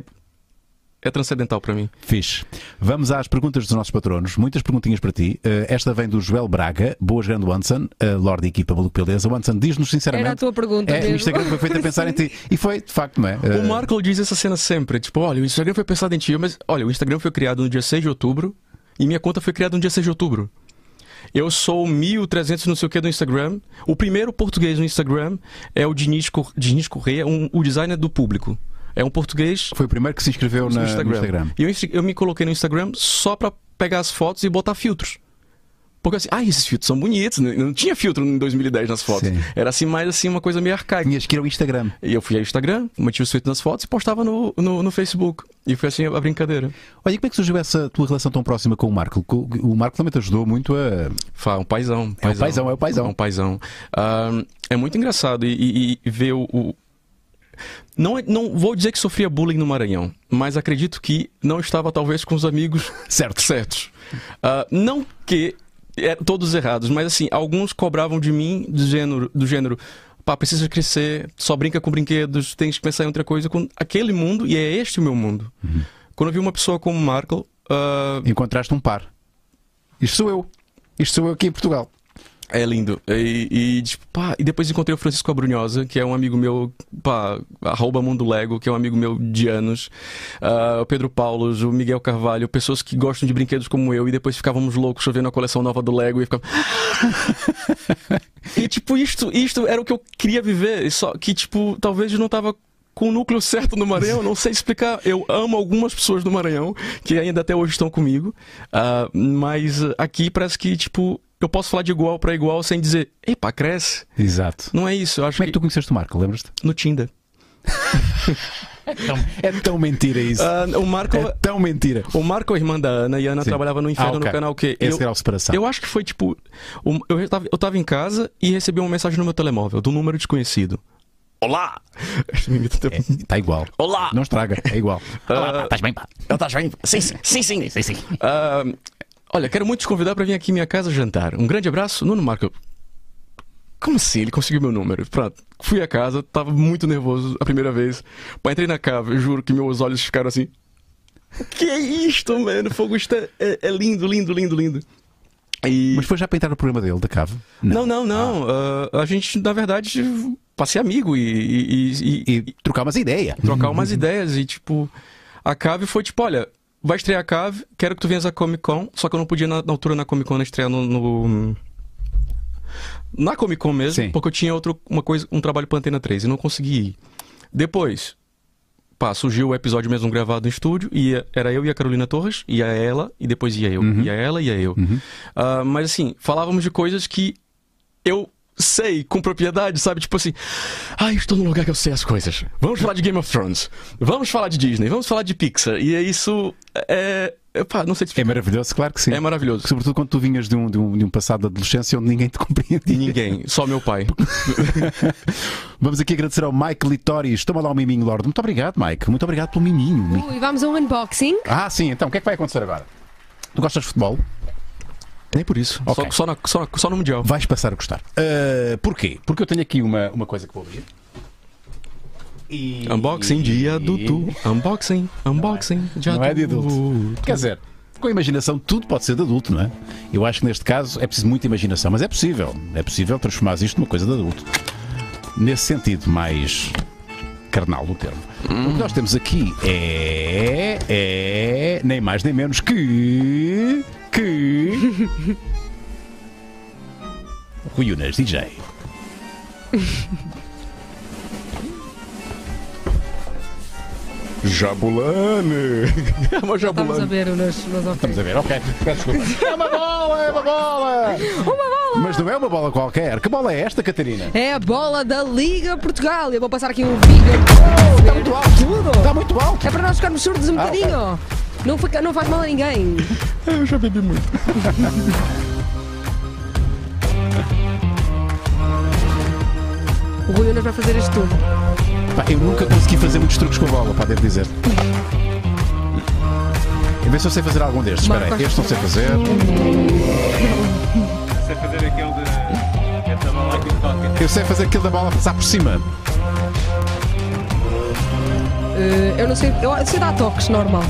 S2: É transcendental para mim.
S3: Fixe. Vamos às perguntas dos nossos patronos. Muitas perguntinhas para ti. Eh, esta vem do Joel Braga. Boas, grande Wanson. Eh, Lorde e equipa Maluco Beleza. Wanson, diz-nos sinceramente.
S4: Era a tua pergunta
S3: É, o
S4: mesmo.
S3: Instagram foi
S4: [laughs]
S3: feito a pensar em ti. E foi, de facto, não é? Eh,
S2: O Marco diz essa cena sempre, tipo, olha, o Instagram foi pensado em ti, mas olha, o Instagram foi criado no dia 6 de outubro e minha conta foi criada no dia 6 de outubro. Eu sou o 1300 não sei o que do Instagram. O primeiro português no Instagram é o Diniz, Cor Diniz Correia, um, o designer do público. É um português
S3: Foi o primeiro que se inscreveu na-
S2: no
S3: no
S2: Instagram.
S3: Instagram.
S2: E eu, insti- eu me coloquei no Instagram só pra pegar as fotos e botar filtros. Porque assim, ah, esses filtros são bonitos. né? Não tinha filtro em 2010 nas fotos.
S3: Sim.
S2: Era assim, mais assim, uma coisa meio arcaica.
S3: Tinhas que ir ao Instagram.
S2: E eu fui ao Instagram, mantive os tweets nas fotos e postava no, no, no Facebook. E foi assim a brincadeira.
S3: Olha, e como é que surgiu essa tua relação tão próxima com o Marco? Co- O Marco também te ajudou muito a.
S2: Fala, um paizão.
S3: É um paizão, é um paizão.
S2: É um paizão. Ah, é muito engraçado e- e, e ver o. o- Não, é- não vou dizer que sofria bullying no Maranhão, mas acredito que não estava talvez com
S3: [laughs]
S2: os amigos
S3: Certo.
S2: certos. Ah, não que é, todos errados, mas assim, alguns cobravam de mim do gênero, do gênero pá, precisa crescer, só brinca com brinquedos, tens que pensar em outra coisa com aquele mundo, e é este o meu mundo.
S3: Uhum.
S2: Quando eu vi uma pessoa como o Marco, ah,
S3: Encontraste um par. Isto sou eu. Isto sou eu aqui em Portugal.
S2: É lindo. E, e, tipo, pá, e depois encontrei o Francisco Abrunhosa, que é um amigo meu, pá, arroba Mundo Lego, que é um amigo meu de anos. Ah, o Pedro Paulos, o Miguel Carvalho, pessoas que gostam de brinquedos como eu, e depois ficávamos loucos chovendo a coleção nova do Lego e ficava. "Ah!" e tipo, isto, isto era o que eu queria viver, e só que, tipo, talvez eu não tava. Com o núcleo certo no Maranhão, não sei explicar. Eu amo algumas pessoas do Maranhão que ainda até hoje estão comigo, ah, mas ah, aqui parece que, tipo, eu posso falar de igual pra igual sem dizer, epa, cresce.
S3: Exato.
S2: Não é isso, eu acho
S3: Como é
S2: que,
S3: que tu conheceste o Marco? Lembras-te?
S2: no Tinder.
S3: É tão mentira isso.
S2: Ah, o Marco.
S3: É tão mentira.
S2: O Marco é a irmã da Ana e a Ana
S3: Sim.
S2: trabalhava no Inferno
S3: Ah, ok.
S2: no canal Q.
S3: Esse
S2: Eu,
S3: grau de separação.
S2: eu acho que foi tipo. um- eu, tava, eu tava em casa e recebi uma mensagem no meu telemóvel de um número desconhecido. Olá! [laughs] É. Me imita o tempo
S3: Está Tá igual.
S2: Olá! Ah.
S3: Não estraga, é igual.
S2: Eu tá joinha? Sim, sim, sim, sim. sim, Ah, olha, quero muito te convidar para vir aqui em minha casa jantar. Um grande abraço, Nuno Marco. Como assim? Ele conseguiu meu número. Pronto, fui à casa, tava muito nervoso a primeira vez. Pô, entrei na cava, eu juro que meus olhos ficaram assim. Que é isto, mano? Fogo está... é, é lindo, lindo, lindo, lindo. E...
S3: Mas foi já para entrar no programa dele, da Cave? né?
S2: Não, não, não. Ah, a gente, na verdade, passei amigo e- e- e-
S3: E trocar umas ideias.
S2: trocar umas ideias e, tipo, a Cave foi tipo, olha, vai estrear a Cave, quero que tu venhas à Comic Con, só que eu não podia na, na altura na Comic Con né, estrear no, no- na Comic Con mesmo,
S3: Sim.
S2: porque eu tinha outro, uma coisa, um trabalho pra Antena 3 e não consegui ir. Depois, pá, surgiu o episódio mesmo gravado em estúdio, e ia- era eu e a Carolina Torres, ia ela, e depois ia eu,
S3: Uhum.
S2: ia ela, ia eu. Ah, mas assim, falávamos de coisas que eu sei com propriedade, sabe? Tipo assim, ah, eu estou num lugar que eu sei as coisas. Vamos falar de Game of Thrones, vamos falar de Disney, vamos falar de Pixar. E é isso é. é, pá, não sei
S3: É
S2: te explicar.
S3: maravilhoso, claro que sim.
S2: É maravilhoso.
S3: Sobretudo quando tu vinhas de um, de um, de um passado de adolescência onde ninguém te compreendia.
S2: Ninguém, só meu pai.
S3: [laughs] Vamos aqui agradecer ao Mike Litoris. Toma lá o um miminho, Lorde. Muito obrigado, Mike. Muito obrigado pelo miminho. Mi-
S4: Ui, vamos a um unboxing.
S3: Ah, sim, então, o que é que vai acontecer agora? Tu gostas de futebol?
S2: Nem por isso.
S3: Ok.
S2: Só, só, na- só na- só no Mundial.
S3: Vais passar a gostar. Ah, porquê? Porque eu tenho aqui uma, uma coisa que vou abrir. E...
S2: Unboxing dia do tu. Unboxing, unboxing dia
S3: Não é de
S2: do
S3: adulto. Quer dizer, com a imaginação tudo pode ser de adulto, não é? Eu acho que neste caso é preciso muita imaginação, mas é possível. É possível transformar isto numa coisa de adulto. Nesse sentido mais carnal do termo. O que nós temos aqui é. é. nem mais nem menos que. que. Rui Unas, DJ.
S6: Jabulane.
S2: É uma
S4: Vamos a
S2: jabulana.
S4: ver nos, nos
S3: Vamos a ver, ok. Peço desculpa. É uma bola, é uma bola! Uma bola! Mas não é uma bola qualquer. Que bola é esta, Catarina?
S4: É a bola da Liga Portugal. Eu vou passar aqui um vídeo.
S3: Está Oh, muito alto!
S4: Tudo.
S3: Está muito alto!
S4: É para nós ficarmos surdos um
S3: Ah,
S4: bocadinho. Não, fica- não faz mal a ninguém.
S2: Eu já bebi muito.
S4: O Rui Unas vai fazer este tudo.
S3: Pá, eu nunca consegui fazer muitos truques com a bola, pá, devo dizer. Eu ver se eu sei fazer algum destes. Espera aí,
S4: Marcos.
S3: este não sei fazer.
S6: Sei fazer aquele de. Essa bala que toca.
S3: Eu sei fazer aquilo da bola passar por cima.
S4: Eh, eu não sei, eu sei dar toques, normal.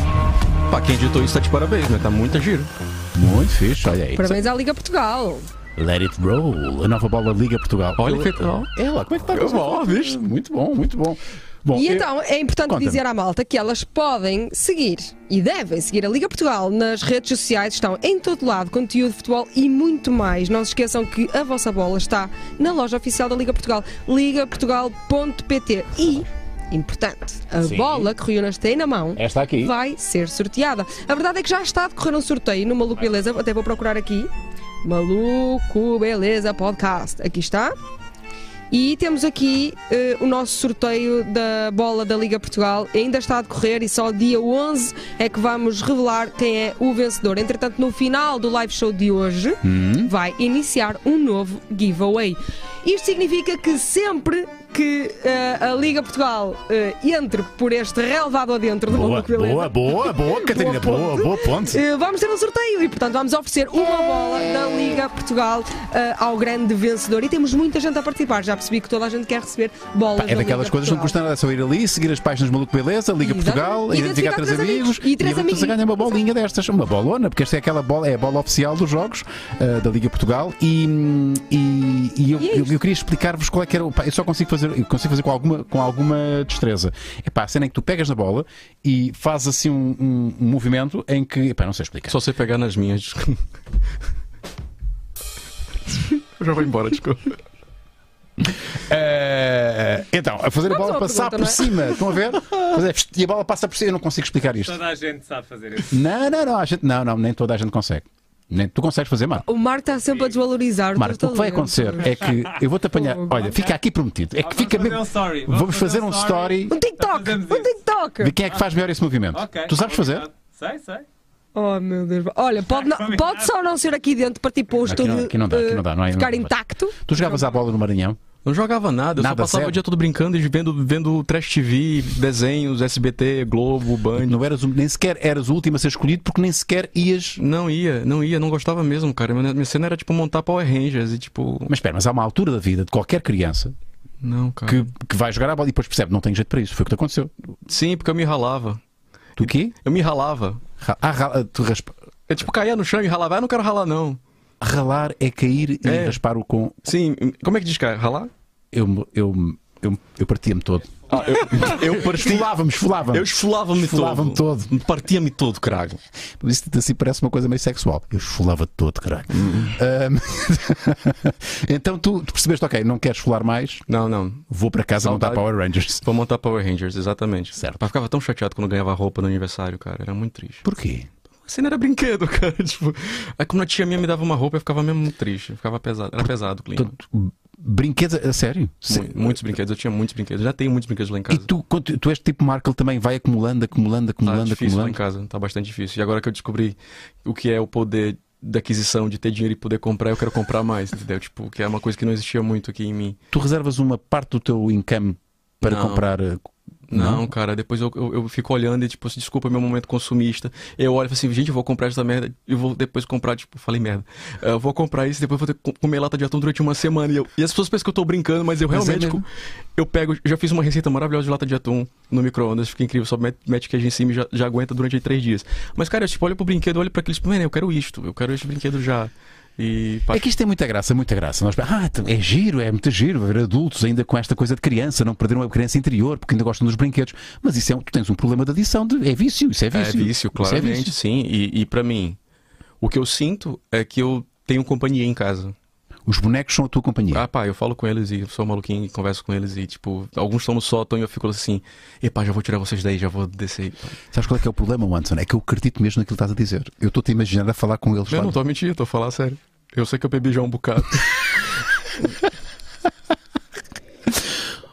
S2: Pá, quem editou isso tá de parabéns, né? Tá muito giro.
S3: Muito fixe, olha aí.
S4: Parabéns à Liga Portugal.
S3: Let it roll. A nova bola Liga Portugal.
S2: Olha
S3: Eu-
S2: que tal.
S3: Ela, como é que está a
S2: Eu
S3: coisa?
S2: vou, viste?
S3: Muito bom, muito bom. Bom,
S4: E
S3: eu-
S4: então é importante
S3: Conta-me.
S4: dizer à malta que elas podem seguir e devem seguir a Liga Portugal nas redes sociais, estão em todo lado, conteúdo de futebol e muito mais. Não se esqueçam que a vossa bola está na loja oficial da Liga Portugal, ligaportugal.pt. E, importante, a
S3: Sim.
S4: bola que Rui Unas tem na mão
S3: Esta aqui.
S4: vai ser sorteada. A verdade é que já está a decorrer um sorteio no Maluco Beleza, até vou procurar aqui. Maluco Beleza Podcast. Aqui está. E temos aqui eh, o nosso sorteio da bola da Liga Portugal. Ainda está a decorrer e só dia 11 é que vamos revelar quem é o vencedor. Entretanto, no final do live show de hoje,
S1: Hum?
S4: vai iniciar um novo giveaway. Isto significa que sempre que eh, a Liga Portugal eh, entre por este relevado adentro do
S1: Boa,
S4: Maluco Beleza,
S1: boa, boa, boa, Catarina,
S4: Boa
S1: boa,
S4: ponte.
S1: boa ponte.
S4: [laughs] eh, vamos ter um sorteio e, portanto, vamos oferecer uma bola da Liga Portugal eh, ao grande vencedor. E temos muita gente a participar. Já percebi que toda a gente quer receber bolas.
S3: É
S4: da
S3: daquelas
S4: Liga
S3: coisas que não custa
S4: Portugal.
S3: nada, é só ir ali, seguir as páginas Maluco Beleza, Liga
S4: Exato.
S3: Portugal,
S4: E
S3: identificar
S4: identificar
S3: três
S4: três
S3: amigos
S4: amigos. E três
S3: você
S4: amiguinhos.
S3: ganha uma bolinha destas, uma bolona, porque esta é aquela bola, é a bola oficial dos jogos ah, da Liga Portugal e, hum, e, e eu,
S4: E é
S3: eu-
S4: isto.
S3: eu queria explicar-vos qual é que era o. pá, Eu só consigo fazer, eu consigo fazer com alguma, com alguma destreza. É pá, a cena em que tu pegas na bola e fazes assim um, um- um movimento em que. Epá, não sei explicar.
S2: Só você pegar nas minhas. [laughs] Eu já vou embora, desculpa.
S3: Eh, então, a fazer a
S4: Vamos
S3: bola
S4: a uma
S3: passar
S4: pergunta,
S3: por
S4: não é?
S3: cima, estão a
S4: [laughs]
S3: ver? Fazer- E a bola passa por cima, eu não consigo explicar isto.
S5: Toda a gente sabe fazer isso.
S3: Não, não, não, a gente, não, não, nem toda a gente consegue. Nem, tu consegues fazer, Marco?
S4: O Marco está sempre a desvalorizar. o
S3: Marco,
S4: teu
S3: o que vai
S4: talento.
S3: acontecer é que eu vou-te apanhar. Olha, fica aqui prometido. É que
S5: Vamos
S3: fica
S5: fazer
S3: mesmo.
S5: um story.
S3: Vamos fazer um story
S4: Um TikTok!
S5: Fazemos
S4: Um
S5: isso.
S4: TikTok!
S3: de quem é que faz melhor esse movimento.
S5: Ok.
S3: Tu sabes fazer?
S5: Combinado. Sei, sei.
S4: Oh meu Deus. Olha, pode, não-
S5: Combinado.
S4: pode só não ser aqui dentro para tipo o
S3: Aqui
S4: estúdio
S3: não- aqui não dá, aqui não dá, não é-
S4: eh, ficar
S3: não dá.
S4: intacto.
S3: Tu jogavas à bola no Maranhão?
S2: Não jogava nada, eu
S3: Nada,
S2: só passava
S3: zero?
S2: o dia todo brincando e vendo, vendo Trash TV, desenhos, SBT, Globo, Band.
S3: Não eras, o- nem sequer eras o último a ser escolhido porque nem sequer ias.
S2: Não ia, não ia, não gostava mesmo, cara. Minha minha cena era tipo montar Power Rangers e tipo.
S3: Mas espera, mas há uma altura da vida de qualquer criança
S2: Não, cara.
S3: que, que vai jogar à bola e depois percebe, não tem jeito para isso. Foi o que te aconteceu.
S2: Sim, porque eu me ralava.
S3: Tu quê?
S2: Eu me ralava.
S3: Ra- ah, ra- tu raspa-
S2: Eu tipo caía no chão e ralava. Ah, não quero ralar, não.
S3: Ralar é cair e
S2: É.
S3: raspar o com.
S2: Sim, como é que diz, cara? Ralar?
S3: Eu, me- eu, me- eu, me- eu partia-me todo.
S2: Ah, eu,
S3: [laughs]
S2: eu parti.
S3: Esfolava-me, esfolava-me.
S2: Eu esfolava-me todo.
S3: Esfolava-me todo.
S2: Partia-me todo, crago.
S3: Isso assim parece uma coisa meio sexual. Eu esfolava todo, caralho.
S2: Uhum.
S3: Ahm, [laughs] então tu, tu percebeste, ok, não quero esfolar mais,
S2: Não, não.
S3: vou para casa montar
S2: Saudade.
S3: Power Rangers.
S2: Vou montar Power Rangers, exatamente.
S3: Certo.
S2: Mas ficava tão chateado quando ganhava roupa no aniversário, cara. Era muito triste.
S3: Porquê?
S2: A cena era brinquedo, [laughs] cara. Tipo, aí quando a tia minha me dava uma roupa, eu ficava mesmo muito triste. Ficava pesado. Era pesado o clima.
S3: Tu- Brinquedos, a sério? Se-
S2: Mu- Muitos brinquedos. Eu tinha muitos brinquedos. Já tenho muitos brinquedos lá em
S3: E
S2: casa.
S3: tu, quando- tu és tipo Marco, ele também vai acumulando, acumulando,
S2: Tá
S3: acumulando,
S2: difícil lá em
S3: acumulando.
S2: casa, tá bastante difícil. E agora que eu descobri o que é o poder da aquisição, de ter dinheiro e poder comprar, eu quero comprar mais, [laughs] entendeu? Tipo, que é uma coisa que não existia muito aqui em mim.
S3: Tu reservas uma parte do teu income para
S2: Não.
S3: comprar. eh,
S2: Não, cara, depois eu, eu, eu fico olhando e, tipo, assim, desculpa meu momento consumista. Eu olho e falo assim, gente, eu vou comprar essa merda e vou depois comprar, tipo, falei merda. Eu vou comprar isso e depois vou ter que co- comer lata de atum durante uma semana. E, eu- e as pessoas pensam que eu tô brincando, mas eu
S3: Mas é
S2: realmente,
S3: mesmo.
S2: tipo, eu pego, já fiz uma receita maravilhosa de lata de atum no micro-ondas, fica incrível, só mete, mete queijo em cima e já, já aguenta durante três dias. Mas, cara, eu, tipo, olho pro brinquedo, olho pra aquilo e tipo, mano, eu quero isto, eu quero este brinquedo já. E, pá,
S3: É que isto tem muita graça, muita graça. Nós, ah, é giro, é muito giro ver adultos ainda com esta coisa de criança, não perderam a criança interior porque ainda gostam dos brinquedos. Mas isso é, um- tu tens um problema de adição, de, é vício, isso é
S2: É
S3: vício.
S2: vício,
S3: Isso é
S2: claramente,
S3: vício.
S2: sim. E, e para mim, o que eu sinto é que eu tenho companhia em casa.
S3: Os bonecos são a tua companhia.
S2: Ah, pá, eu falo com eles e sou maluquinho e converso com eles e, tipo, alguns estão no sótão e eu fico assim, epá, já vou tirar vocês daí, já vou descer.
S3: Sabes qual é que é o problema, Watson? É que eu acredito mesmo naquilo que estás a dizer. Eu estou-te imaginando a falar com eles.
S2: Eu
S3: lá
S2: não
S3: no-
S2: tô mentindo, tô falando sério. Eu sei que eu bebi já um bocado. [laughs]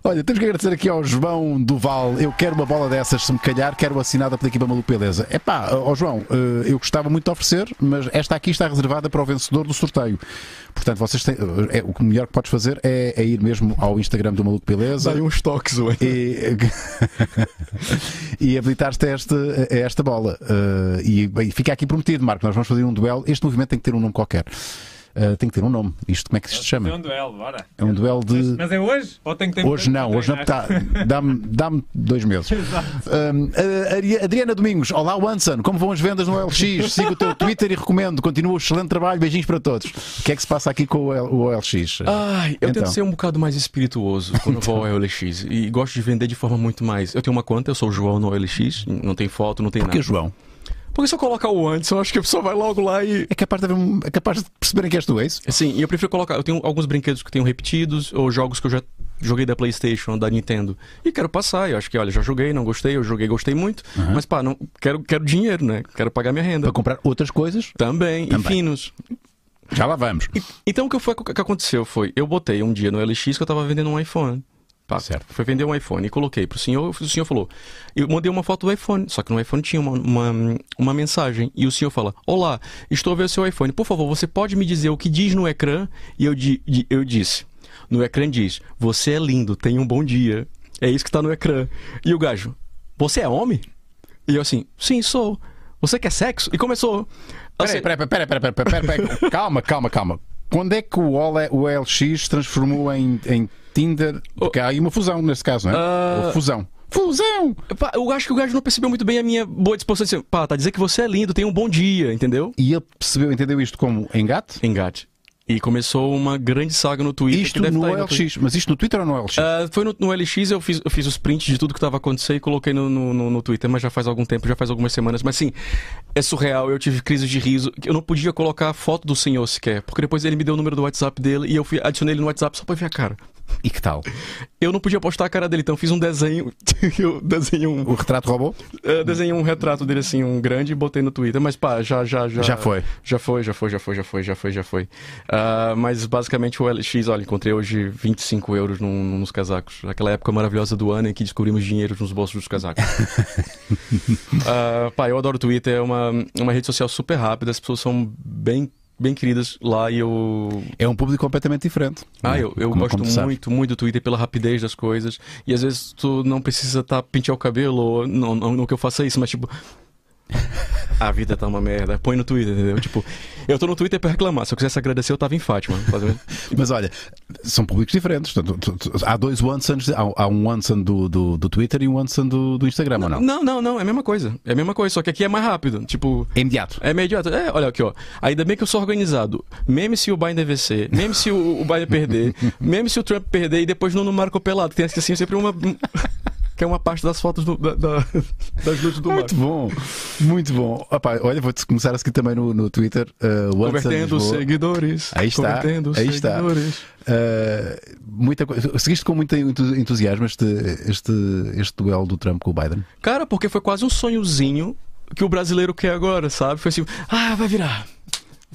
S3: Olha, temos que agradecer aqui ao João Duval. Eu quero uma bola dessas, se me calhar, quero assinada pela equipa Maluco Beleza. É pá, ó João, eh, eu gostava muito de oferecer, mas esta aqui está reservada para o vencedor do sorteio. Portanto, vocês têm, eh, é, o que melhor que podes fazer é, é ir mesmo ao Instagram do Maluco Beleza.
S2: Dá uns toques, ué.
S3: E, [laughs] e habilitar-te a esta, a esta bola. Eh, e bem, fica aqui prometido, Marco. Nós vamos fazer um duelo. Este movimento tem que ter um nome qualquer. Ah, tem que ter um nome. Isto, como é que isto se
S5: É um
S3: chama?
S5: duelo, bora.
S3: É um duelo de.
S5: Mas é hoje? Ou tem que ter
S3: Hoje não, hoje não.
S5: [laughs]
S3: Tá, Dá-me dá-me dois
S2: [laughs]
S3: meses. Hum, a- Ari- Adriana Domingos, olá Wanson, como vão as vendas no LX? Sigo o teu Twitter e recomendo. Continua o excelente trabalho, beijinhos para todos. O que é que se passa aqui com o, L- o LX?
S2: Ai, eu
S3: Então.
S2: tento ser um bocado mais espirituoso quando eu vou ao OLX. E gosto de vender de forma muito mais. Eu tenho uma conta, eu sou o João no OLX. Não tem foto, não tem
S3: Porquê,
S2: nada.
S3: João?
S2: Porque se eu colocar o Anderson, eu acho que a pessoa vai logo lá e.
S3: É capaz de, haver um- é capaz de perceberem que és tu, é isso?
S2: Sim, Assim, e eu prefiro colocar. Eu tenho alguns brinquedos que tenho repetidos, ou jogos que eu já joguei da PlayStation, da Nintendo. E quero passar. Eu acho que, olha, já joguei, não gostei, eu joguei, gostei muito. Mas, pá, não, quero, quero dinheiro, né? Quero pagar minha renda.
S3: Para comprar outras coisas,
S2: Também, e
S3: Também.
S2: finos.
S3: já lá vamos.
S2: E- Então o que, foi, o que aconteceu foi, eu botei um dia no LX que eu tava vendendo um iPhone. Tá,
S3: Certo.
S2: Foi vender um iPhone e coloquei pro senhor, o senhor falou, eu mandei uma foto do iPhone, só que no iPhone tinha uma, uma, uma mensagem, e o senhor fala, olá, estou vendo seu iPhone, por favor, você pode me dizer o que diz no ecrã? E eu, di, di- eu disse, no ecrã diz, você é lindo, tenha um bom dia, é isso que tá no ecrã. E o gajo, você é homem? E eu assim, sim, sou. Você quer sexo? E começou.
S3: Peraí,
S2: assim,
S3: peraí, peraí, peraí, peraí, peraí, peraí. calma, calma, calma. Quando é que o, Ole, o LX se transformou em, em Tinder? Porque há aí uma fusão nesse caso, não é?
S2: Ah.
S3: Houve Fusão. Fusão!
S2: Pá, Eu acho que o gajo não percebeu muito bem a minha boa disposição. Assim, pá, tá dizer que você é lindo, tenha um bom dia, entendeu?
S3: E ele percebeu, entendeu isto como engate?
S2: Engate. E começou uma grande saga no Twitter. que
S3: Isto
S2: deve
S3: no
S2: tá aí
S3: LX,
S2: Twitter.
S3: mas isto no Twitter ou no LX?
S2: Ah, foi no, no LX, eu fiz, eu fiz os prints de tudo que tava acontecendo e coloquei no, no, no- no Twitter, mas já faz algum tempo, já faz algumas semanas. Mas sim, é surreal, eu tive crise de riso. Eu não podia colocar a foto do senhor sequer, porque depois ele me deu o número do WhatsApp dele e eu fui, adicionei ele no WhatsApp só pra ver a cara.
S3: E que tal?
S2: Eu não podia postar a cara dele, então eu fiz um desenho. [laughs] eu desenhei um,
S3: O retrato robô?
S2: Eu desenhei um retrato dele assim, um grande, e botei no Twitter, mas pá, já já já.
S3: Já foi.
S2: Já foi, já foi, já foi, já foi, já foi, já foi. Ah, mas basicamente o LX, olha, encontrei hoje 25 euros num, num- nos casacos. Aquela época maravilhosa do ano em que descobrimos dinheiro nos bolsos dos casacos. Ah, pá, eu adoro o Twitter, é uma, uma rede social super rápida, as pessoas são bem. Bem queridas lá e eu.
S3: É um público completamente diferente. é?
S2: Ah, eu,
S3: Né?
S2: eu
S3: Como-
S2: gosto
S3: como tu sabes.
S2: muito, muito do Twitter pela rapidez das coisas. E às vezes tu não precisa tá, pentear o cabelo, ou não, não, não que eu faça isso, mas tipo. [laughs] A vida tá uma merda. Põe no Twitter, entendeu? Tipo, eu tô no Twitter pra reclamar. Se eu quisesse agradecer, eu tava em Fátima. fazendo-
S3: Mas olha, são públicos diferentes. Portanto, tu- tu- tu- Há dois Wansons, há, há um Wanson do, do, do Twitter e um Wanson do, do Instagram, ou não?
S2: Não, não, não, é a mesma coisa. É a mesma coisa, só que aqui é mais rápido. Tipo.
S3: É imediato.
S2: É meio idiota. É, olha aqui, ó. Ainda bem que eu sou organizado. Meme se o Biden vencer, meme se o, o Biden perder, meme se o Trump perder e depois não no Marco Pelado. Tem assim sempre uma. [laughs] Que é uma parte das fotos do- da- da- das luzes do Marco.
S3: Muito bom, muito bom. Opa, olha, vou-te começar a seguir também no, no Twitter. Uh, Wanson
S2: Convertendo
S3: Lisboa.
S2: seguidores.
S3: Aí está,
S2: Convertendo
S3: aí está.
S2: seguidores.
S3: Uh, muita coisa. Seguiste com muito entu- entusiasmo este, este, este duelo do Trump com o Biden.
S2: Cara, porque foi quase um sonhozinho que o brasileiro quer agora, sabe? Foi assim, ah, vai virar.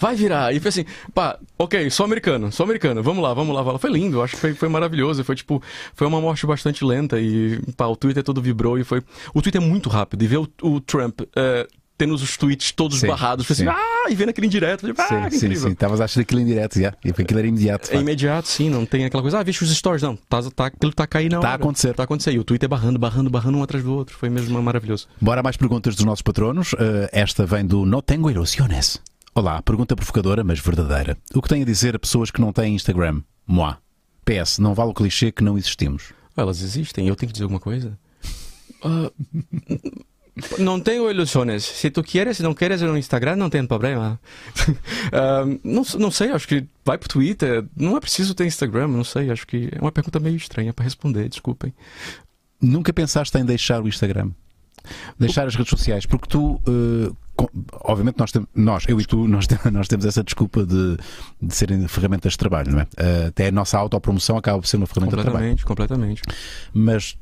S2: Vai virar. E foi assim, pá, ok, sou americano, sou americano, vamos lá, vamos lá, vamos lá. Foi lindo, eu acho que foi, foi maravilhoso. Foi tipo, foi uma morte bastante lenta e, pá, o Twitter todo vibrou e foi. O Twitter é muito rápido. E ver o, o Trump eh, tendo os tweets todos
S3: Sim,
S2: barrados, foi assim,
S3: sim.
S2: ah, e vendo aquele indireto, tipo, ah, que
S3: sim,
S2: incrível.
S3: sim. Estavas a achar aquilo em direto, já. E Aquilo era imediato. de
S2: É
S3: facto.
S2: imediato, sim, não tem aquela coisa, ah, vixe os stories, não, tá, tá, aquilo tá caindo na
S3: Tá
S2: hora.
S3: a acontecer.
S2: Tá acontecendo. E o Twitter barrando, barrando, barrando um atrás do outro. Foi mesmo maravilhoso.
S3: Bora a mais perguntas dos nossos patronos. Eh, esta vem do No Tengo Ilusiones. Olá, pergunta provocadora, mas verdadeira. O que tem a dizer a pessoas que não têm Instagram? Moá. PS, não vale o clichê que não existimos.
S2: Ah, Elas existem, eu tenho que dizer alguma coisa? Ah, não tenho ilusões. Se tu queres, se não queres no Instagram, não tem problema. [laughs] Ah, não, não sei, acho que vai pro Twitter. Não é preciso ter Instagram, não sei. Acho que é uma pergunta meio estranha pra responder, desculpem.
S3: Nunca pensaste em deixar o Instagram? Deixar as redes sociais? Porque tu. eh, com- Obviamente, nós, tem- nós, eu e tu, nós, tem- [laughs] nós temos essa desculpa de, de serem ferramentas de trabalho, não é? Eh, até a nossa autopromoção acaba por ser uma ferramenta de trabalho.
S2: Completamente, completamente.
S3: mas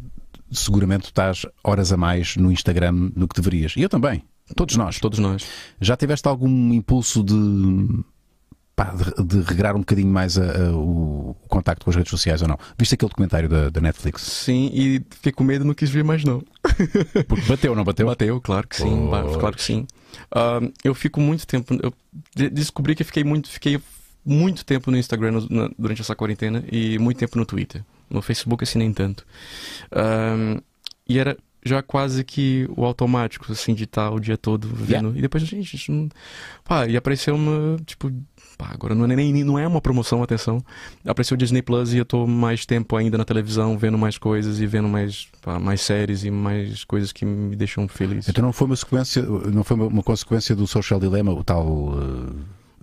S3: seguramente tu estás horas a mais no Instagram do que deverias. E eu também. Todos nós.
S2: Todos nós.
S3: Já tiveste algum impulso de, pá, de, de regrar um bocadinho mais a- a- o, o contacto com as redes sociais ou não? Viste aquele documentário da, da Netflix?
S2: Sim, e fiquei com medo, não quis ver mais não.
S3: Porque bateu, não bateu?
S2: Bateu, claro que sim, ba- claro que sim. Ah, eu fico muito tempo. Eu de- descobri que fiquei muito, fiquei muito tempo no Instagram no- na- durante essa quarentena e muito tempo no Twitter. No Facebook, assim, nem tanto. Ah, e era já quase que o automático, assim, de estar o dia todo vendo.
S3: Yeah.
S2: E depois, gente, isso não... pá, e apareceu uma, tipo, pá, agora não é, nem, não é uma promoção, atenção. Apareceu o Disney Plus e eu tô mais tempo ainda na televisão, vendo mais coisas e vendo mais, pá, mais séries e mais coisas que me deixam feliz.
S3: Então não foi uma sequência, não foi uma, uma consequência do Social Dilemma, o tal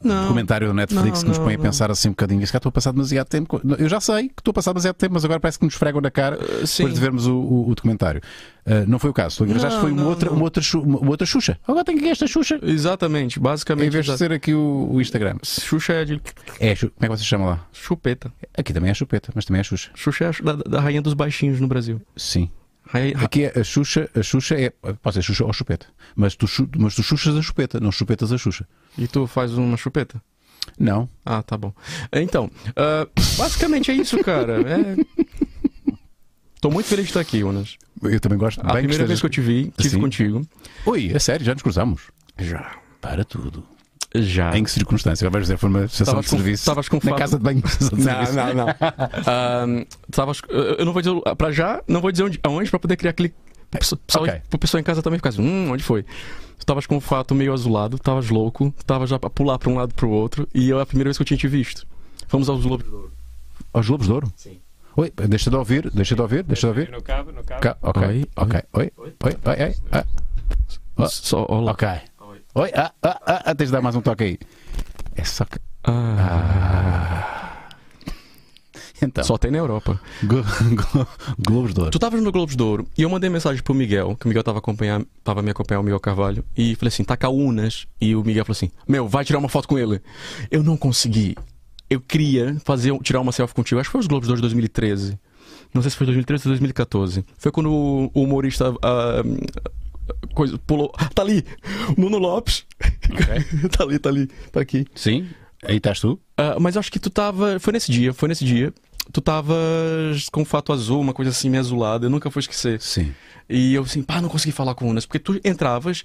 S2: Não.
S3: comentário da Netflix que nos
S2: não,
S3: põe a
S2: não.
S3: pensar assim um bocadinho, se cá estou a passar demasiado tempo. co- Eu já sei que estou a passar demasiado tempo, mas agora parece que nos fregam na cara
S2: Eh, sim.
S3: depois de vermos o, o- o documentário. Ah, não foi o caso, tu engrajaste
S2: Não,
S3: foi uma
S2: não,
S3: outra,
S2: não.
S3: uma outra, xu- uma, uma outra Xuxa. Agora tenho que ir a esta Xuxa.
S2: Exatamente, basicamente.
S3: Em vez de
S2: exa-
S3: ser aqui o, o Instagram.
S2: Xuxa é de
S3: É, Xu- como é que vocês chamam lá?
S2: chupeta.
S3: Aqui também é a Chupeta, mas também é a Xuxa.
S2: Xuxa é a chu- da, da rainha dos baixinhos no Brasil.
S3: Sim.
S2: Rai- ra-
S3: Aqui é a Xuxa, a Xuxa é. Pode ser Xuxa ou Chupeta. Mas tu, chu- mas tu Xuxas a Chupeta, não Chupetas a Xuxa.
S2: E tu faz uma chupeta?
S3: Não.
S2: Ah, tá bom. Então, ah, basicamente é isso, cara. É... Tô muito feliz de estar aqui, Jonas.
S3: Eu também gosto.
S2: A primeira vez que eu te vi, tive
S3: Sim.
S2: contigo.
S3: Oi, é sério, já nos cruzamos.
S2: Já.
S3: Para tutudo.
S2: Já.
S3: Em que circunstância? Agora vais dizer, foi uma sessão
S2: Estavas
S3: de
S2: com-
S3: serviço.
S2: estavas com
S3: Na
S2: fado.
S3: casa de banho, [laughs] sessão de
S2: Não,
S3: serviço.
S2: não, não. Ah, tava- eu- eu não vou dizer pra já, não vou dizer onde, aonde pra poder criar aquele. Pro pessoal,
S3: Ok.
S2: pro pessoal em casa também ficar assim, hum, onde foi? Tu tavas com o fato meio azulado, tavas louco, tava já pra pular pra um lado pro outro, e eu é a primeira vez que eu tinha te visto. Fomos aos lobos.
S3: Aos Globos de Ouro?
S5: Sim.
S3: Oi, deixa de ouvir, deixa de ouvir, deixa de ouvir.
S5: No cabo, no cabo.
S3: Cá, ok,
S2: Oi,
S3: ok, oi, oi, oi, oi, ah, Ah.
S2: Só, olá.
S3: ok. Oi, ah, ah, ah, ah, tens de dar mais um toque aí. É só que. [laughs]
S2: Ah.
S3: Então,
S2: Só tem na Europa. [laughs]
S3: Glo- Glo- Globos de Ouro.
S2: Tu tava no Globos de Ouro e eu mandei mensagem pro Miguel, que o Miguel tava, acompanhar, tava me acompanhando, o Miguel Carvalho, e falei assim, tá com a Unas. E o Miguel falou assim, meu, vai tirar uma foto com ele. Eu não consegui. Eu queria fazer, tirar uma selfie contigo. Acho que foi os Globos de Ouro de 2013. Não sei se foi 2013 ou 2014. Foi quando o o humorista. ah, coisa, pulou. [laughs] Tá ali! Nuno Lopes! [laughs] tá ali, tá ali, tá aqui.
S3: Sim, aí estás tu.
S2: Ah, mas eu acho que tu tava. Foi nesse dia, foi nesse dia. Tu tavas com fato azul, uma coisa assim meio azulada, eu nunca vou esquecer.
S3: Sim.
S2: E eu assim, pá, não consegui falar com o Unas, porque tu entravas,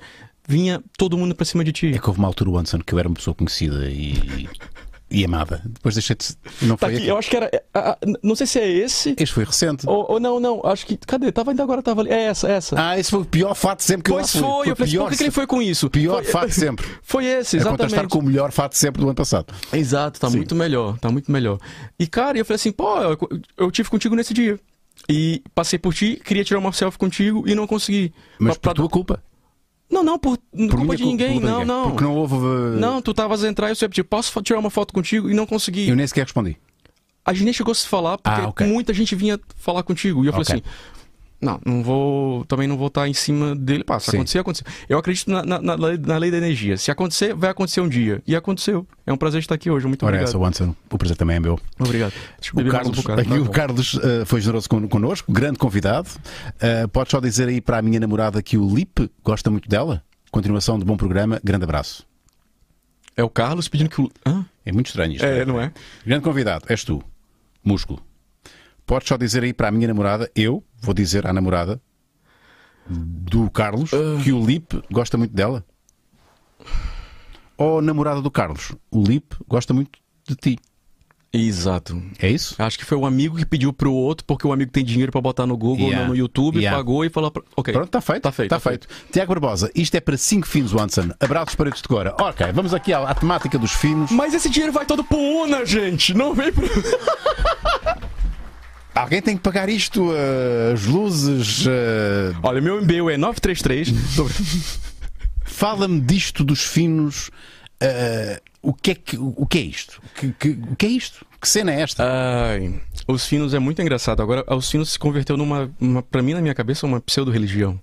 S2: vinha todo mundo pra cima de ti.
S3: É que houve uma altura, Watson, que eu era uma pessoa conhecida e, e amada. Depois deixei-te. Não
S2: Tá
S3: foi
S2: aqui,
S3: aqui.
S2: eu acho que era. é, ah, ah, não sei se é esse.
S3: Este foi recente.
S2: Ou, ou não, não, acho que. Cadê? Tava ainda agora, tava ali. É essa, é essa.
S3: Ah, esse foi o pior fato sempre que
S2: pois
S3: eu
S2: foi,
S3: lá fui.
S2: eu falei, assim,
S3: pior,
S2: por que, que ele foi com isso?
S3: pior
S2: foi,
S3: fato
S2: [laughs]
S3: sempre.
S2: Foi esse,
S3: É contrastar
S2: exatamente.
S3: com o melhor fato sempre do ano passado.
S2: Exato, tá muito melhor, tá muito melhor. E cara, eu falei assim, pô, eu, eu tive contigo nesse dia. E passei por ti, queria tirar uma selfie contigo e não consegui.
S3: Mas
S2: Pra-
S3: por
S2: pra-
S3: tua culpa.
S2: Não, não, por,
S3: Por
S2: culpa
S3: minha
S2: de
S3: culpa,
S2: ninguém,
S3: por culpa de
S2: não, não.
S3: Porque não houve. uh,
S2: Não, tu tavas a entrar e eu sempre posso fo- tirar uma foto contigo e não consegui.
S3: Eu nem sequer respondi.
S2: A gente nem chegou a se falar porque
S3: Ah, ok.
S2: muita gente vinha falar contigo. E eu
S3: Ok.
S2: falei assim: não, não vou. Também não vou estar em cima dele. Pá, se
S3: Sim.
S2: acontecer, aconteceu. Eu acredito na, na- na lei, na lei da energia. Se acontecer, vai acontecer um dia. E aconteceu. É um prazer estar aqui hoje. Muito
S3: Ora, essa,
S2: obrigado.
S3: Watson, o prazer também é meu.
S2: Obrigado. Deixa eu
S3: O
S2: beber mais
S3: Carlos,
S2: um bocado,
S3: aqui
S2: tá
S3: o
S2: bom.
S3: Carlos uh, foi generoso con- connosco, grande convidado. Uh, Podes só dizer aí para a minha namorada que o Lipe gosta muito dela. Continuação de bom programa, grande abraço.
S2: É o Carlos pedindo que o. Hã?
S3: É muito estranho isto.
S2: É, não é?
S3: Grande convidado, és tu, músculo. Podes só dizer aí para a minha namorada, eu vou dizer à namorada do Carlos que o Lipe gosta muito dela. Ou namorada do Carlos, o Lipe gosta muito de ti.
S2: Exato.
S3: É isso?
S2: Acho que foi um amigo que pediu pro outro, porque o amigo tem dinheiro pra botar no Google,
S3: Yeah.
S2: no- no YouTube,
S3: Yeah.
S2: pagou e falou. Pra... Ok.
S3: Pronto, está feito.
S2: Tá feito,
S3: Tá
S2: tá
S3: feito. Tiago Barbosa, isto é para cinco finos, Watson. Abraços para de agora. Ok, vamos aqui à, à temática dos finos.
S2: Mas esse dinheiro vai todo pro Una, gente! Não vem pro.
S3: Alguém tem que pagar isto, eh, as luzes. eh,
S2: Olha, meu e-mail é 933. Sobre-
S3: Fala-me disto dos finos. eh, o, que é que, o que é isto? Que- que- o que é isto? Que cena é esta?
S2: Ai, os sinos é muito engraçado. Agora, os sinos se converteu numa, uma, pra mim, na minha cabeça, uma pseudo-religião.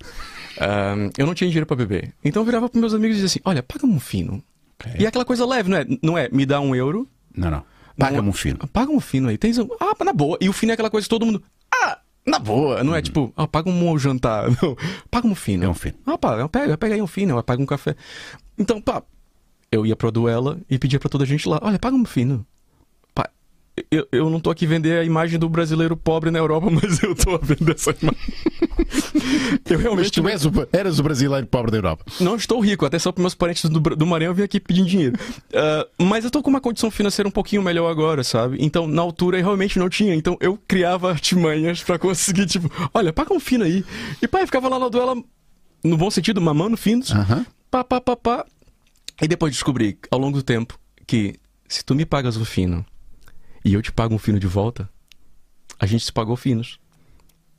S2: Ah, eu não tinha dinheiro pra beber. Então eu virava pros meus amigos e dizia assim: olha, paga-me um fino.
S3: Ok.
S2: E é aquela coisa leve, não é? Não é? Me dá um euro.
S3: Não, não. Paga-me
S2: Não-
S3: um fino.
S2: Paga um fino aí. Tens um... Ah, na boa. E o fino é aquela coisa que todo mundo. Ah, na boa. Não é tipo, ah, paga um jantar. [laughs] Não. Paga um fino.
S3: É um fino.
S2: Ah, pá, pega, pega aí um fino. Paga um café. Então, pá, eu ia pra duela e pedia pra toda a gente lá: olha, paga um fino. Pá, [laughs] eu, eu não tô aqui vender a imagem do brasileiro pobre na Europa, mas eu tô a vender essa imagem. Eu realmente
S3: Mas tu
S2: não-
S3: és o, eras o brasileiro pobre da Europa.
S2: não estou rico, até só para meus parentes do, Bra- do Maranhão vir aqui pedindo dinheiro. Ah, mas eu tô com uma condição financeira um pouquinho melhor agora, sabe? Então, na altura, eu realmente não tinha. Então, eu criava [laughs] artimanhas para conseguir, tipo, olha, paga um fino aí. E pai, eu ficava lá na duela, no bom sentido, mamando finos.
S3: Aham.
S2: Pá, pá, pá, pá. E depois descobri, ao longo do tempo, que se tu me pagas um fino e eu te pago um fino de volta, a gente se pagou finos.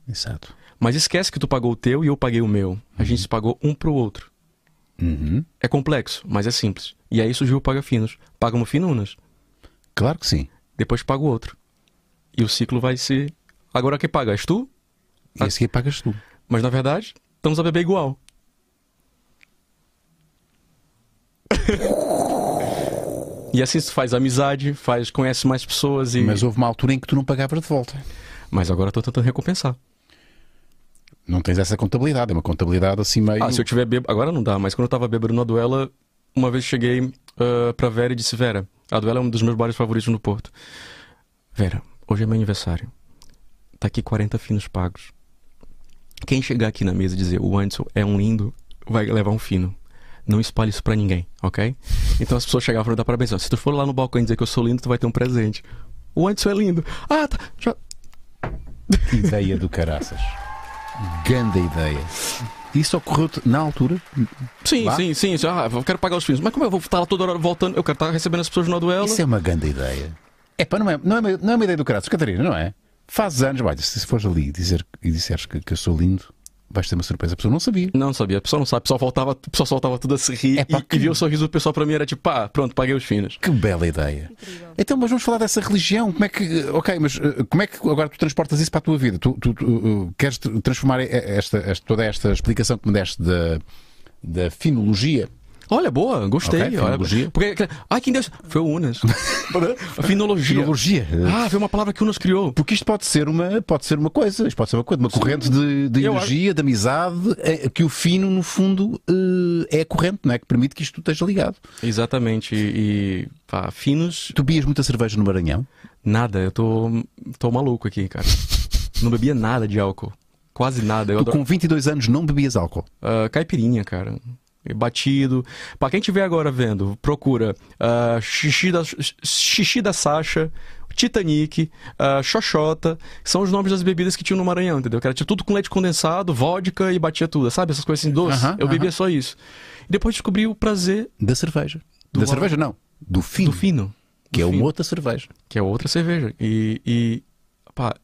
S3: Exato.
S2: Mas esquece que tu pagou o teu e eu paguei o meu. A gente se pagou um pro outro.
S3: Uhum.
S2: É complexo, mas é simples. E aí surgiu o paga finos. Paga uma fina unas,
S3: Claro que sim.
S2: depois paga o outro. E o ciclo vai se. Agora quem paga? És tu?
S3: E esse aqui pagas tu.
S2: Mas na verdade, estamos a beber igual. [laughs] e assim se faz amizade, faz conhece mais pessoas e.
S3: Mas houve uma altura em que tu não pagavas de volta.
S2: Mas agora eu tô tentando recompensar.
S3: Não tens essa contabilidade, é uma contabilidade assim meio.
S2: Ah, se eu tiver bêbado. Agora não dá, mas quando eu tava bêbado na duela, uma vez cheguei ah, pra Vera e disse: Vera, a duela é um dos meus bares favoritos no Porto. Vera, hoje é meu aniversário. Tá aqui 40 finos pagos. Quem chegar aqui na mesa e dizer o Ansel é um lindo, vai levar um fino. Não espalhe isso pra ninguém, ok? Então as pessoas chegavam pra dar parabéns. ó, Se tu for lá no balcão e dizer que eu sou lindo, tu vai ter um presente. O Ansel é lindo. Ah, tá. Já...
S3: Que ideia do caraças. Ganda ideia. Isso ocorreu-te na altura?
S2: Sim,
S3: Lá?
S2: sim, sim, sim. Ah, eu quero pagar os finos. Mas como eu vou estar lá toda hora voltando? Eu quero estar recebendo as pessoas na duela.
S3: Isso é uma grande ideia. É pá, não é, não, é, uma- não é uma ideia do caraças, Catarina, não é? Fazes anos, vai, se fores ali e dizer, e disseres que, que eu sou lindo, vais ter uma surpresa. A pessoa não sabia.
S2: Não sabia, a pessoa não sabe, a pessoa voltava, a pessoa soltava tudo a se rir
S3: É
S2: e,
S3: pá, que-
S2: e via o sorriso do pessoal pra mim era tipo, pá, pronto, paguei os finos.
S3: Que bela ideia. Então, mas vamos falar dessa religião. Como é que. Ok, mas eh, como é que agora tu transportas isso para a tua vida? Tu, tu- tu, eh, queres tr- transformar e- eh, esta, esta- toda esta explicação que me deste da, da finologia?
S2: Olha, boa, gostei.
S3: Ok,
S2: olha,
S3: finologia.
S2: porque, ai, quem Deus. Foi o [laughs] Unas. A Finologia.
S3: Finologia.
S2: Ah, foi uma palavra que o Unas criou.
S3: Porque isto pode ser uma, pode ser uma coisa, isto pode ser uma coisa, uma corrente de, de
S2: Eu
S3: energia, de amizade, eh, que o fino, no fundo, eh, é a corrente, não é? Que permite que isto tudo esteja ligado.
S2: Exatamente. E, e, pá, finos,
S3: Tu bias muita cerveja no Maranhão?
S2: nada. Eu tô, tô maluco aqui, cara. Não bebia nada de álcool. Quase nada. Eu
S3: Tu
S2: adoro.
S3: com 22 anos não bebias álcool.
S2: Ah, caipirinha, cara. E Batido. Pra quem tiver agora vendo, procura ah, xixi, da, xixi da Sasha, Titanic, ah, Xoxota. São os nomes das bebidas que tinham no Maranhão, entendeu? Que era tipo, tudo com leite condensado, vodka e batia tudo. Sabe essas coisas assim doces?
S3: Aham,
S2: Eu bebia
S3: aham.
S2: só isso. E depois descobri o prazer
S3: Da cerveja.
S2: Do
S3: da
S2: álcool.
S3: cerveja, não. Do fino.
S2: do fino.
S3: que é
S2: do fino.
S3: uma outra cerveja.
S2: que é outra cerveja. E, e pá,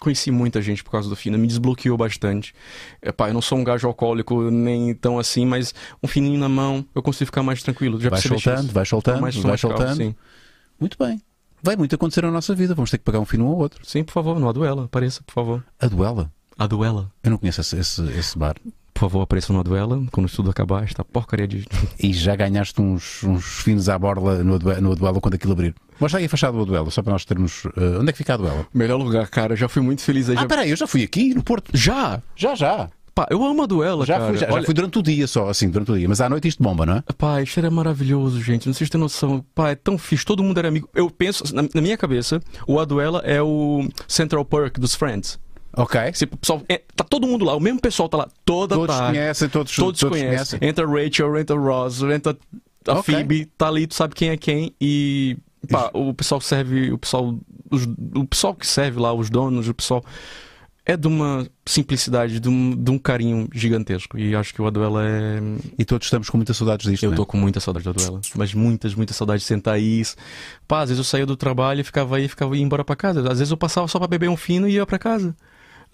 S2: conheci muita gente por causa do Fina, me desbloqueou bastante. É, pá, eu não sou um gajo alcoólico nem tão assim, mas um fininho na mão eu consigo ficar mais tranquilo. Já
S3: Vai
S2: percebeste
S3: soltando,
S2: isso?
S3: vai soltando,
S2: Tô mais- tô
S3: vai
S2: mais calmo,
S3: soltando.
S2: sim.
S3: Muito bem. Vai muito acontecer na nossa vida. Vamos ter que pagar um fino um ao outro.
S2: Sim, por favor, não a duela, apareça, por favor.
S3: A duela.
S2: A duela.
S3: Eu não conheço esse, esse, esse bar.
S2: Por favor, apareça na duela, quando isso tudo acabar, esta porcaria de.
S3: E já ganhaste uns, uns finos à borla no, adue- no duelo quando aquilo abrir. Mostra aí a fachada do duelo, só para nós termos. eh, onde é que fica a duela?
S2: [laughs] Melhor lugar, cara, já fui muito feliz aí.
S3: Ah,
S2: já...
S3: peraí, eu já fui aqui no Porto.
S2: já!
S3: Já, já.
S2: Pá, eu amo a duela,
S3: Já,
S2: cara.
S3: fui, já, já
S2: Olha-
S3: fui durante o dia só, assim, durante o dia. Mas à noite isto bomba, não é?
S2: Pá, isso era maravilhoso, gente. Não sei se tem noção. Pá, é tão fixe. Todo mundo era amigo. Eu penso, na, na minha cabeça, o Aduela é o Central Park dos Friends.
S3: Ok.
S2: Esse pessoal, é- tá todo mundo lá, o mesmo pessoal tá lá toda
S3: Todos
S2: tarde.
S3: conhecem, todos-
S2: todos,
S3: todos conhecem.
S2: conhecem. Entra Rachel, entra Ross, entra a
S3: Ok.
S2: Phoebe, tá ali, tu sabe quem é quem. E pá, o pessoal que serve, o pessoal, os- o pessoal que serve lá, os donos, o pessoal. É de uma simplicidade, de um, de um carinho gigantesco. E acho que o Aduela é.
S3: E todos estamos com muitas saudades disto.
S2: Eu
S3: não é?
S2: tô com muita saudade da duela. Mas muitas, muitas saudades de sentar aí. Pá, às vezes eu saía do trabalho e ficava aí, ficava ia embora pra casa. Às vezes eu passava só pra beber um fino e ia pra casa.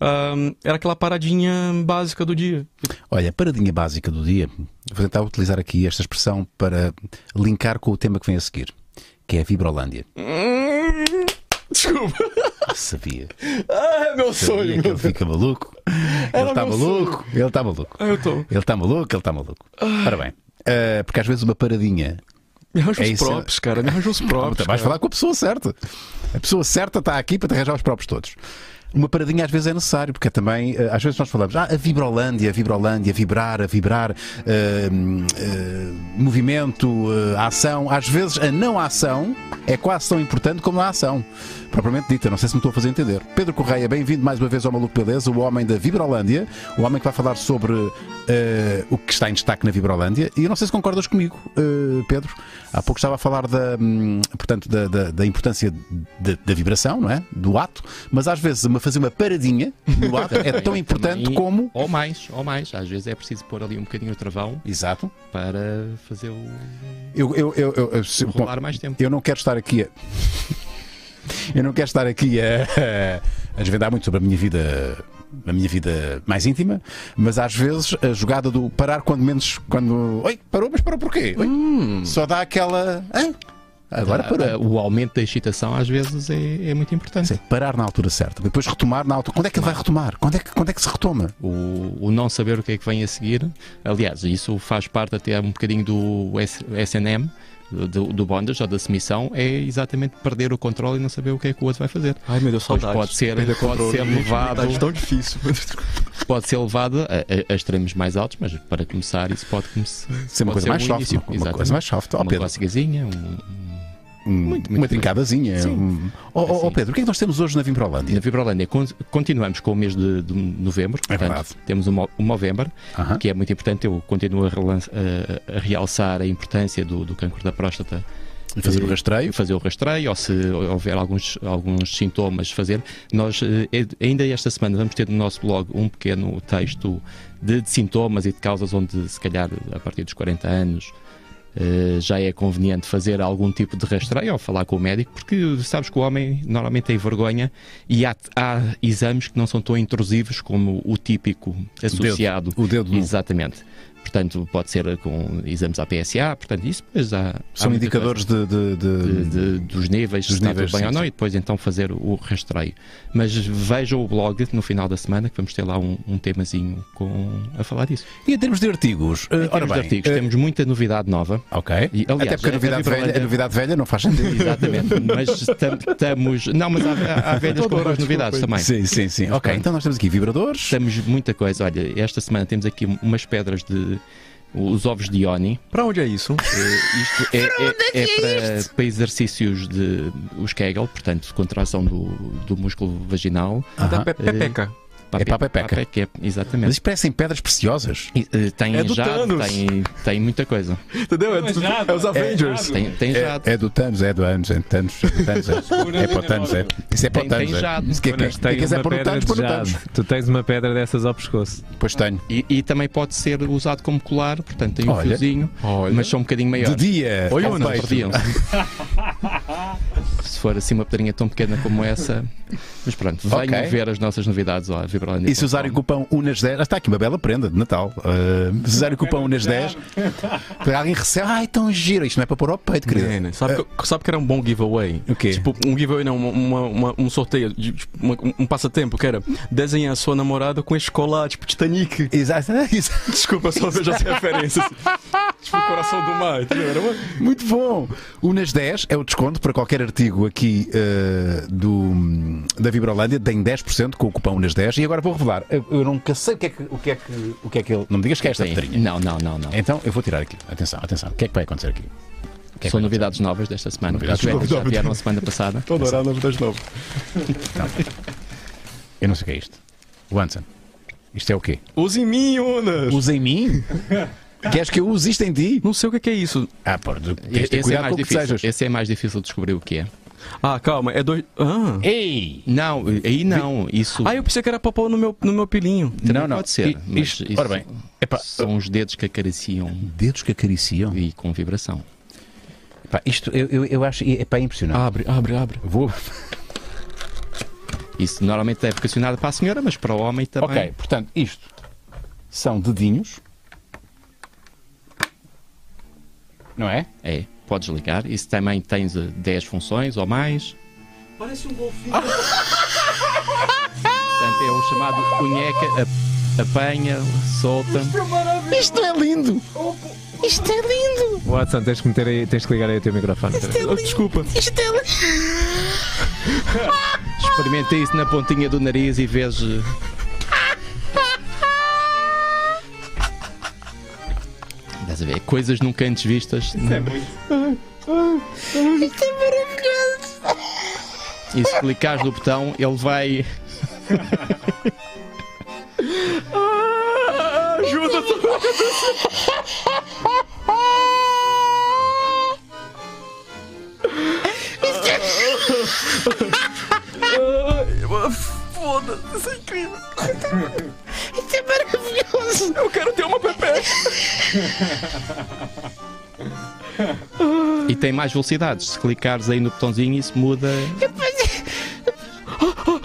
S2: Ahn, era aquela paradinha básica do dia.
S3: Olha, a paradinha básica do dia, vou tentar utilizar aqui esta expressão para linkar com o tema que vem a seguir, que é a Vibrolândia.
S2: Desculpa.
S3: Sabia.
S2: Ah, é meu
S3: Sabia
S2: sonho.
S3: que ele fica maluco. ele está
S2: meu
S3: maluco. Ele está maluco.
S2: Ah, eu tô. Ah.
S3: Ele está maluco, ele está maluco. Ora bem, eh, porque às vezes uma paradinha.
S2: Me arranja
S3: É
S2: os
S3: isso.
S2: props, cara. Me arranja
S3: [laughs]
S2: os
S3: Puta,
S2: props.
S3: Então, vais
S2: cara.
S3: falar com a pessoa certa. A pessoa certa está aqui para te arranjar os próprios todos. Uma paradinha às vezes é necessário, porque é também, eh, às vezes nós falamos, ah, a Vibrolândia, a Vibrolândia, vibrar, a vibrar, eh, hum, eh, movimento, eh, ação. Às vezes a não ação é quase tão importante como a ação. propriamente dita. Não sei se me estou a fazer entender. Pedro Correia, bem-vindo mais uma vez ao Maluco Beleza, o homem da Vibrolândia, o homem que vai falar sobre eh, o que está em destaque na Vibrolândia. E eu não sei se concordas comigo, eh, Pedro. Há pouco estava a falar da, hum, portanto, da, da- da importância da, da vibração, não é? Do ato, mas às vezes uma, fazer uma paradinha no
S7: [laughs]
S3: ato é tão importante
S7: Também-
S3: como.
S7: Ou mais, ou mais. Às vezes é preciso pôr ali um bocadinho de travão
S3: Exato.
S7: para fazer o
S3: Eu, eu, eu, eu, eu- se- bom,
S7: rolar mais tempo.
S3: eu não quero estar aqui a. [laughs] Eu não quero estar aqui a, a desvendar muito sobre a minha vida a minha vida mais íntima, mas às vezes a jogada do parar quando menos quando. Oi, parou, mas parou porquê? Oi,
S7: Hum.
S3: Só dá aquela. "Hã? Agora parou.
S7: Ah, ah, O aumento da excitação às vezes é, é muito importante.
S3: Sim, parar na altura certa, depois retomar na altura. Quando é que ele vai retomar? Quando é que, quando é que se retoma?
S7: O, o não saber o que é que vem a seguir, aliás, isso faz parte até um bocadinho do S- SNM, do, do bondage ou da submissão, é exatamente perder o controle e não saber o que é que o outro vai fazer.
S2: Ai, meu Deus,
S7: Pois
S2: saudades.
S7: pode
S3: né?
S7: ser-
S2: Perder
S7: pode
S2: controle.
S7: ser levado.
S2: Saudades tão difícil.
S7: Pode ser levado a, a- a extremos mais altos, mas para começar, isso pode começar.
S3: Ser uma coisa
S7: Pode ser
S3: mais
S7: um
S3: soft,
S7: início,
S3: uma, uma
S7: exatamente.
S3: coisa mais soft. Ó,
S7: uma
S3: Pedro,
S7: classicazinha, um,
S3: um- uma trincadazinha. Um... Ó, ó, ó,
S7: Assim.
S3: Pedro, o que é que nós temos hoje na Vimprolândia?
S7: Na Vibrolândia con- continuamos com o mês de, de novembro,
S3: É
S7: portanto,
S3: verdade.
S7: temos o Mo- o Movember,
S3: Aham.
S7: que é muito importante. Eu continuo a, relan- a- a realçar a importância do, do câncer da próstata,
S3: Fazer o rastreio.
S7: fazer o rastreio, ou se houver alguns, alguns sintomas, fazer. Nós, eh, ed- ainda esta semana, vamos ter no nosso blog um pequeno texto de, de sintomas e de causas onde, se calhar, a partir dos 40 anos. eh, já é conveniente fazer algum tipo de rastreio ou falar com o médico, porque sabes que o homem normalmente tem vergonha e há, há exames que não são tão intrusivos como o típico associado.
S3: O dedo no
S7: Exatamente. Portanto, pode ser com exames à PSA, portanto, isso depois há. há
S3: São
S7: muita
S3: indicadores de, de- de-
S7: coisa de- de- dos níveis, se
S3: Dos
S7: está
S3: níveis,
S7: tudo bem
S3: sim,
S7: ou não,
S3: sim.
S7: e depois então fazer o rastreio. Mas vejam o blog no final da semana, que vamos ter lá um, um temazinho com, a falar disso.
S3: E em termos de artigos, eh,
S7: Em
S3: ora
S7: termos de
S3: bem,
S7: artigos,
S3: eh,
S7: temos muita
S3: [laughs]
S7: novidade nova.
S3: ok.
S7: E, aliás,
S3: Até porque eh, a
S7: a- a
S3: novidade,
S7: Vibrolândia-
S3: velha, a novidade velha não faz [laughs] sentido.
S7: Exatamente, mas estamos. Não, mas há, há velhas com boas novidades também.
S3: Sim, sim, sim. Ok, então nós temos aqui vibradores.
S7: Temos muita coisa. Olha, esta semana temos aqui umas pedras de. Os ovos de Ioni.
S2: Para onde é isso?
S7: Eh, isto é, é- é para, para exercícios de os Kegel, portanto, contração do, do músculo vaginal.
S3: Aham.
S2: Da Tá, pe- pepeca.
S7: Pape-
S3: É para a pepeca.
S7: pape- é-
S3: Mas
S7: exatamente.
S3: isto parecem pedras preciosas.
S7: E, eh, tem
S2: É do
S7: jado,
S2: Thanos.
S7: tem, tem muita coisa.
S2: Entendeu? É, do- é os Avengers.
S7: Tem, tem jado.
S3: É, é do Thanos, é do Anos, é do Thanos, é do Thanos.
S7: [laughs]
S3: É, é para o Thanos, é. Isso é para o
S7: Tem- tem
S3: Thanos. é.
S7: jado.
S3: Se quer- quer-
S8: Mas tem
S3: quem quiser
S8: uma
S3: pôr no
S8: pedra
S3: Thanos,
S8: de
S3: pôr no
S8: jade.
S3: Thanos.
S8: Tu tens uma pedra dessas ao pescoço.
S3: Pois tenho.
S7: E, e também pode ser usado como colar, portanto, tem um
S3: Olha.
S7: fiozinho, mas são um bocadinho
S3: De
S7: maiores.
S3: dia, é
S7: Olha,
S3: ao
S7: não
S3: peito. [laughs]
S7: perdiam-se. Se for assim uma pedrinha tão pequena como essa. Mas pronto, venham
S3: Ok.
S7: ver as nossas novidades lá, Vibrolândia.
S3: E se usarem o cupão Unas 10, ah, está aqui uma bela prenda de Natal. Ah, se usarem o cupão Unas
S7: [laughs]
S3: 10, alguém recebe, ai, tão giro, isto não é para pôr ao peito, querido.
S2: Nene, né? Sabe, que, sabe que era um bom giveaway?
S3: O quê?
S2: Tipo, um giveaway não, uma- uma- uma- um sorteio, de- tipo, uma- um passatempo que era desenhar a sua namorada com a escola, tipo, Titanic.
S3: Exato,
S2: né? [laughs]
S3: exato.
S2: Desculpa, eu só vejo as referências. tipo, coração do mar, entendeu? Era uma...
S3: Muito bom! O Nas 10 é o desconto para qualquer artigo aqui eh, do, da Vibrolândia, tem 10% com o cupão Nas 10. E agora vou revelar, eu, eu nunca sei o que, é que, o, que é que, o que é que ele. Não me digas que é esta
S7: Sim.
S3: pedrinha.
S7: Não, não, não, não.
S3: Então eu vou tirar aqui. Atenção, atenção. O que é que vai acontecer aqui? O que é que
S7: São
S3: vai
S7: novidades novas desta semana.
S3: Novidades
S7: As velhas
S3: novas. Então,
S7: já vieram a semana passada.
S2: Tô adorando das novas.
S3: acontecer? Eu não sei o que é isto. Wanson, isto é o quê?
S2: [laughs] Use em mim, Unas!
S3: Usa em mim? Queres que eu use isto em ti?
S2: Não sei o que é que é isso.
S3: Ah, pô, tens de ter
S7: Esse é,
S3: cuidado com
S7: mais
S3: o que
S7: difícil,
S3: sejas.
S7: esse é mais difícil de descobrir o que é.
S2: Ah, calma, é dois. Ah,
S3: Ei!
S7: Não, aí não. Isso
S2: ah eu pensei que era papão no meu, no meu pilinho.
S7: também
S3: não, não.
S7: pode ser.
S3: I-
S7: mas
S3: isto-
S7: isso
S3: ora bem, epá,
S7: são os dedos que acariciam
S3: Dedos que acariciam.
S7: e com vibração.
S3: Epá, isto eu, eu, eu acho epá, é impressionante.
S2: Abre, abre,
S7: Ah.
S2: abre.
S3: Vou.
S7: Isso normalmente é vocacionado para a senhora, mas para o homem
S2: Tá
S7: também.
S3: Ok, portanto, isto são dedinhos. Não é?
S7: É, podes ligar. Isso também tens eh, 10 funções ou mais.
S2: Parece
S3: [laughs]
S2: um golfinho.
S7: Portanto, é o chamado cunheca, ap- apanha, solta.
S3: Isto é lindo! Isto é lindo!
S8: Watson, tens que, meter aí, tens que ligar aí o teu microfone.
S2: Desculpa.
S3: Isto é lindo!
S7: Experimenta isso na pontinha do nariz e vês. eh, Estás a ver? Coisas nunca antes vistas. Isso é muito. E se clicares no botão, ele vai. E tem mais velocidades. Se clicares aí no botãozinho, isso muda.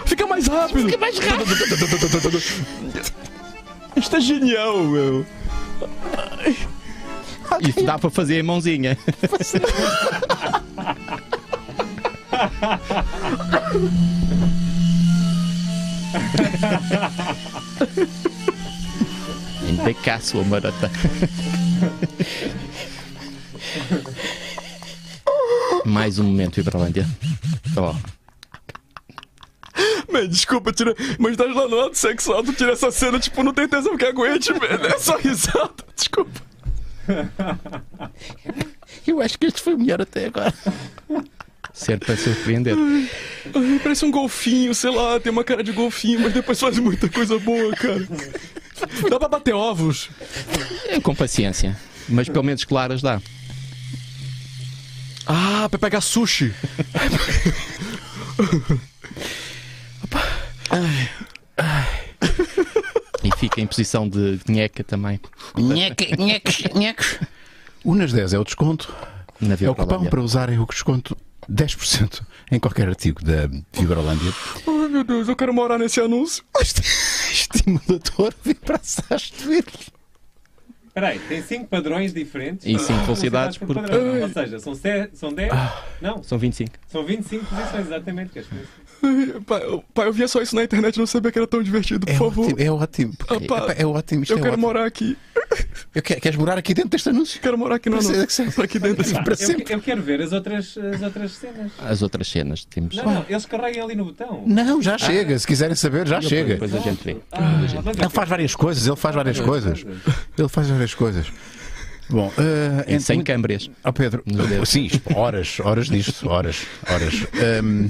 S2: Fica mais rápido! Fica mais rápido! Isto é genial, meu!
S7: Isso dá para fazer em mãozinha. Ainda cá, sua marota. Mais um momento, Tá Iberlândia. Ó.
S2: Man, desculpa, tira... mas estás lá no lado sexual, tu tira essa cena, tipo, não tem tesão que [laughs] aguente, man. É só risada, desculpa.
S7: Eu acho que este foi o melhor até agora. Ser para surpreender.
S2: Ai, Parece um golfinho, sei lá, tem uma cara de golfinho, mas depois faz muita coisa boa, [laughs] cara. Dá pra bater ovos.
S7: É, Com paciência. Mas pelo menos claras dá.
S2: Ah, pra pegar sushi.
S7: E fica em posição de nheca também. Nheca, nheca, nheca.
S3: Unas 10 é o desconto. É
S7: Na
S3: o cupom
S7: Vibrolândia.
S3: para usarem o desconto 10% em qualquer artigo da Vibrolândia.
S2: Ai, meu Deus, eu quero morar
S3: [laughs]
S2: nesse anúncio.
S3: Estimulador vibraçaste
S5: Espera aí, tem 5 padrões diferentes.
S7: E cinco
S5: Ah,
S7: velocidades por um.
S5: padrão. Ou seja, são 10. São dez-
S3: Ah.
S5: Não,
S7: São 25.
S5: são 25 posições, exatamente. que as coisas-
S2: Ai, Pai, eu- pai, eu via só isso na internet, não sabia que era tão divertido, por
S3: É
S2: favor.
S3: ótimo, é ótimo.
S2: Opa,
S3: Epá, é ótimo, isto
S2: Eu
S3: é
S2: quero
S3: ótimo.
S2: morar aqui.
S3: Eu quero, queres morar aqui dentro deste anúncio?
S2: Quero morar aqui no
S3: Para
S2: anúncio.
S3: sempre.
S2: Aqui dentro.
S3: [laughs] Para
S5: Eu,
S3: sempre.
S5: que- eu quero ver as outras, as outras cenas.
S7: As outras cenas temos.
S5: Não, não, eles carregam ali no botão.
S3: Não, já chega. Se quiserem saber, já chega.
S7: Ah, Depois a gente vê.
S5: Ah, mas eu
S3: Ele faz várias coisas, ele faz várias coisas. Ele faz várias coisas. Bom, eh,
S7: E sem
S3: muito-
S7: câmeras.
S3: Ó Pedro,
S7: Deus.
S3: sim, isto- horas, horas disto, horas, horas. Ahm,